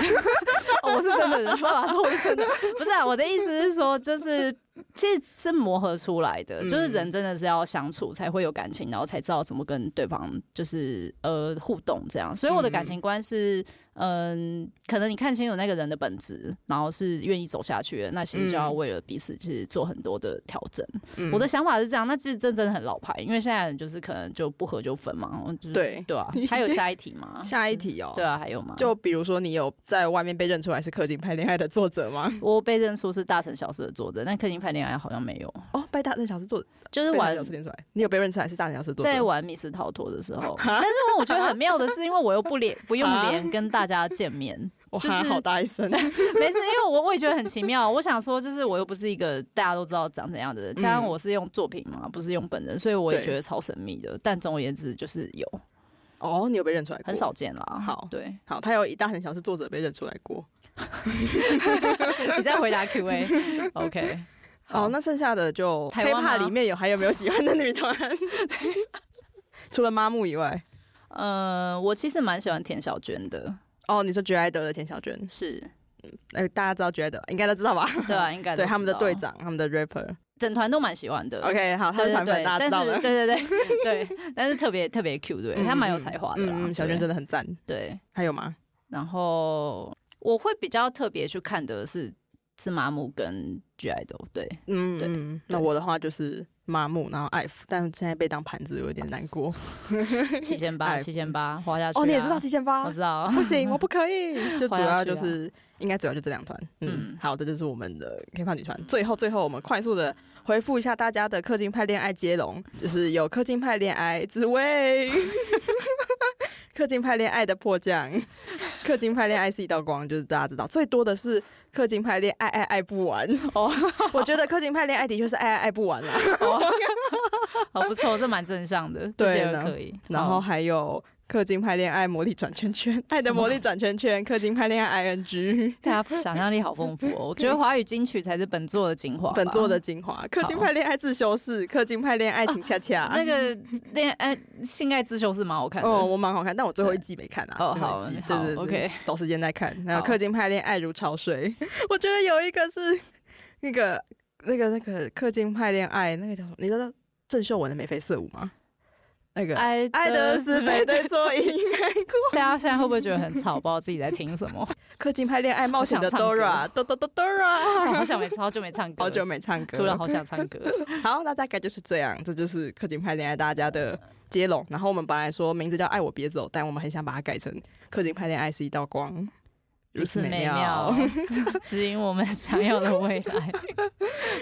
Speaker 2: 哦我是真的 人，爸爸说我是真的，不是啊。我的意思是说，就是其实是磨合出来的，
Speaker 1: 嗯
Speaker 2: 就是人真的是要相处才会有感情，然后才知道怎么跟对方就是呃互动这样。所以我的感情观是。嗯，可能你看清楚那个人的本质，然后是愿意走下去的，那其实就要
Speaker 1: 嗯
Speaker 2: 为了彼此去做很多的调整。
Speaker 1: 嗯
Speaker 2: 我的想法是这样，那其实这真的很老牌，因为现在人就是可能就不合就分嘛，就是
Speaker 1: 对？
Speaker 2: 对啊。还有下一题吗
Speaker 1: 下一题哦，
Speaker 2: 对啊，还有吗？
Speaker 1: 就比如说你有在外面被认出来是氪金拍恋爱的作者吗？
Speaker 2: 我被认出是大城小事的作者，但氪金拍恋爱好像没有，
Speaker 1: 哦，被大城小事作者，
Speaker 2: 就是
Speaker 1: 被大
Speaker 2: 玩
Speaker 1: 城小事念出来，你有被认出来是大城小事作者？
Speaker 2: 在玩密室逃脱的 时候，但是我觉得很妙的是，因为我又不连不用
Speaker 1: 啊
Speaker 2: 连跟大家见面，
Speaker 1: 哇，
Speaker 2: 就是
Speaker 1: 好大一 声，
Speaker 2: 没事，因为我我也觉得很奇妙。我想说，就是我又不是一个大家都知道长怎样的人，加上
Speaker 1: 嗯
Speaker 2: 我是用作品嘛，不是用本人，所以我也
Speaker 1: 对
Speaker 2: 觉得超神秘的。但总而言之，就是有
Speaker 1: 哦，你有被认出来过？
Speaker 2: 很少。见啦。
Speaker 1: 好
Speaker 2: 对，
Speaker 1: 好，他有以大城小事作者被认出来过。
Speaker 2: 你在回答 Q&A。OK，好
Speaker 1: 哦，那剩下的就
Speaker 2: 台湾吗
Speaker 1: K-pop 里面有还有没有喜欢的女 团？除了妈木以外，
Speaker 2: 呃，我其实蛮喜欢田小娟的，
Speaker 1: 哦，你说觉爱德的田小娟，
Speaker 2: 是
Speaker 1: 哎，大家知道觉爱德，应该都知道吧？
Speaker 2: 对啊，应该都
Speaker 1: 对，他们的
Speaker 2: 知道
Speaker 1: 队，长，他们的 rapper。
Speaker 2: 整团都蛮喜欢的。
Speaker 1: OK，好，他
Speaker 2: 对
Speaker 1: 是
Speaker 2: 对
Speaker 1: 团
Speaker 2: 对，
Speaker 1: 粉，大家知道
Speaker 2: 但是
Speaker 1: 了。
Speaker 2: 对对 对对，但是特别特别 Q，对，
Speaker 1: 嗯
Speaker 2: 他蛮有才华的啦。
Speaker 1: 嗯嗯，小
Speaker 2: 对
Speaker 1: 娟真的很赞。
Speaker 2: 对，
Speaker 1: 还有吗？
Speaker 2: 然后我会比较特别去看的是是麻木跟 G idol，对，
Speaker 1: 嗯，
Speaker 2: 对
Speaker 1: 嗯那我的话就是麻木，然后爱抚，但现在被当盘子有点难过。
Speaker 2: 七千八，
Speaker 1: 哎
Speaker 2: 七千八花下去、啊
Speaker 1: 哦，你也知道，七千八
Speaker 2: 我，知道，
Speaker 1: 不行，我不可以。 就主
Speaker 2: 滑下
Speaker 1: 要
Speaker 2: 去啊
Speaker 1: 就是应该主要就这两团。嗯
Speaker 2: 嗯，
Speaker 1: 好，这就是我们的 K 胖女团。最后最后，我们快速的回复一下大家的氪金派恋爱接龙，就是有氪金派恋爱紫薇， 氪金派恋爱的迫降，氪金派恋爱是一道光，就是大家知道最多的是氪金派恋爱爱爱不完哦。 我觉得氪金派恋爱的确是爱爱爱不完啦。
Speaker 2: 好哦不错，这蛮正向的，
Speaker 1: 对
Speaker 2: 这个
Speaker 1: 呢
Speaker 2: 可以。
Speaker 1: 然后还有氪金派恋爱魔力转圈圈，爱的魔力转圈圈，氪金派恋爱 ing，
Speaker 2: 大家想象力好丰富哦，我觉得华语金曲才是本作的精华吧，
Speaker 1: 本作的精华，氪金派恋爱自修室，氪金派恋爱情恰恰。
Speaker 2: 啊那个恋爱性爱之修是蛮好看的。
Speaker 1: 哦，我蛮好看，但我最后一季没看啊。
Speaker 2: 哦
Speaker 1: 最后
Speaker 2: 好
Speaker 1: 一季
Speaker 2: 好
Speaker 1: 对对对
Speaker 2: OK
Speaker 1: 找时间再看。然后
Speaker 2: 好
Speaker 1: 氪金派恋爱如潮水， 我觉得有一个是那个那个那个氪金派恋爱，那个叫什么？你知道郑秀文的眉飞色舞吗？那个
Speaker 2: 爱
Speaker 1: 爱的是非对错
Speaker 2: 错，
Speaker 1: 应该过。
Speaker 2: 大家现在会不会觉得很吵？不知道自己在听什么？
Speaker 1: 氪金派恋爱冒险的
Speaker 2: 好想唱歌
Speaker 1: Dora，哆哆哆 Dora，
Speaker 2: 好想没好久没唱歌，
Speaker 1: 好久没唱歌
Speaker 2: 突然好想唱歌。
Speaker 1: 好，那大概就是这样，这就是氪金派恋爱大家的接龙。然后我们本来说名字叫“爱我别走”，但我们很想把它改成“氪金派恋爱是一道光”，
Speaker 2: 如此美
Speaker 1: 妙
Speaker 2: 妙。， 指引我们想要的未来。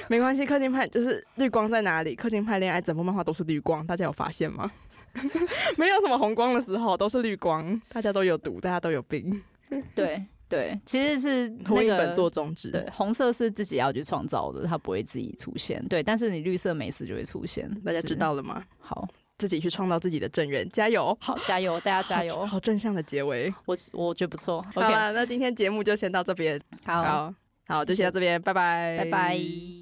Speaker 1: 没关系，氪金派就是绿光在哪里？氪金派恋爱整部漫画都是绿光，大家有发现吗？ 没有什么红光的时候，都是绿光，大家都有毒，大家都有病，
Speaker 2: 对对，其实是
Speaker 1: 呼
Speaker 2: 那
Speaker 1: 应
Speaker 2: 个
Speaker 1: 本作宗旨。
Speaker 2: 对，红色是自己要去创造的，它不会自己出现。对，但是你绿色美食就会出现，
Speaker 1: 大家
Speaker 2: 是
Speaker 1: 知。道了吗？
Speaker 2: 好，
Speaker 1: 自己去创造自己的正缘，加油！
Speaker 2: 好，加油，大家加油！
Speaker 1: 好正向的结尾。
Speaker 2: 我我觉得不错。
Speaker 1: 好
Speaker 2: OK，
Speaker 1: 了，那今天节目就先到这边。
Speaker 2: 啊好，
Speaker 1: 好好，就先到这边，拜拜，
Speaker 2: 拜拜。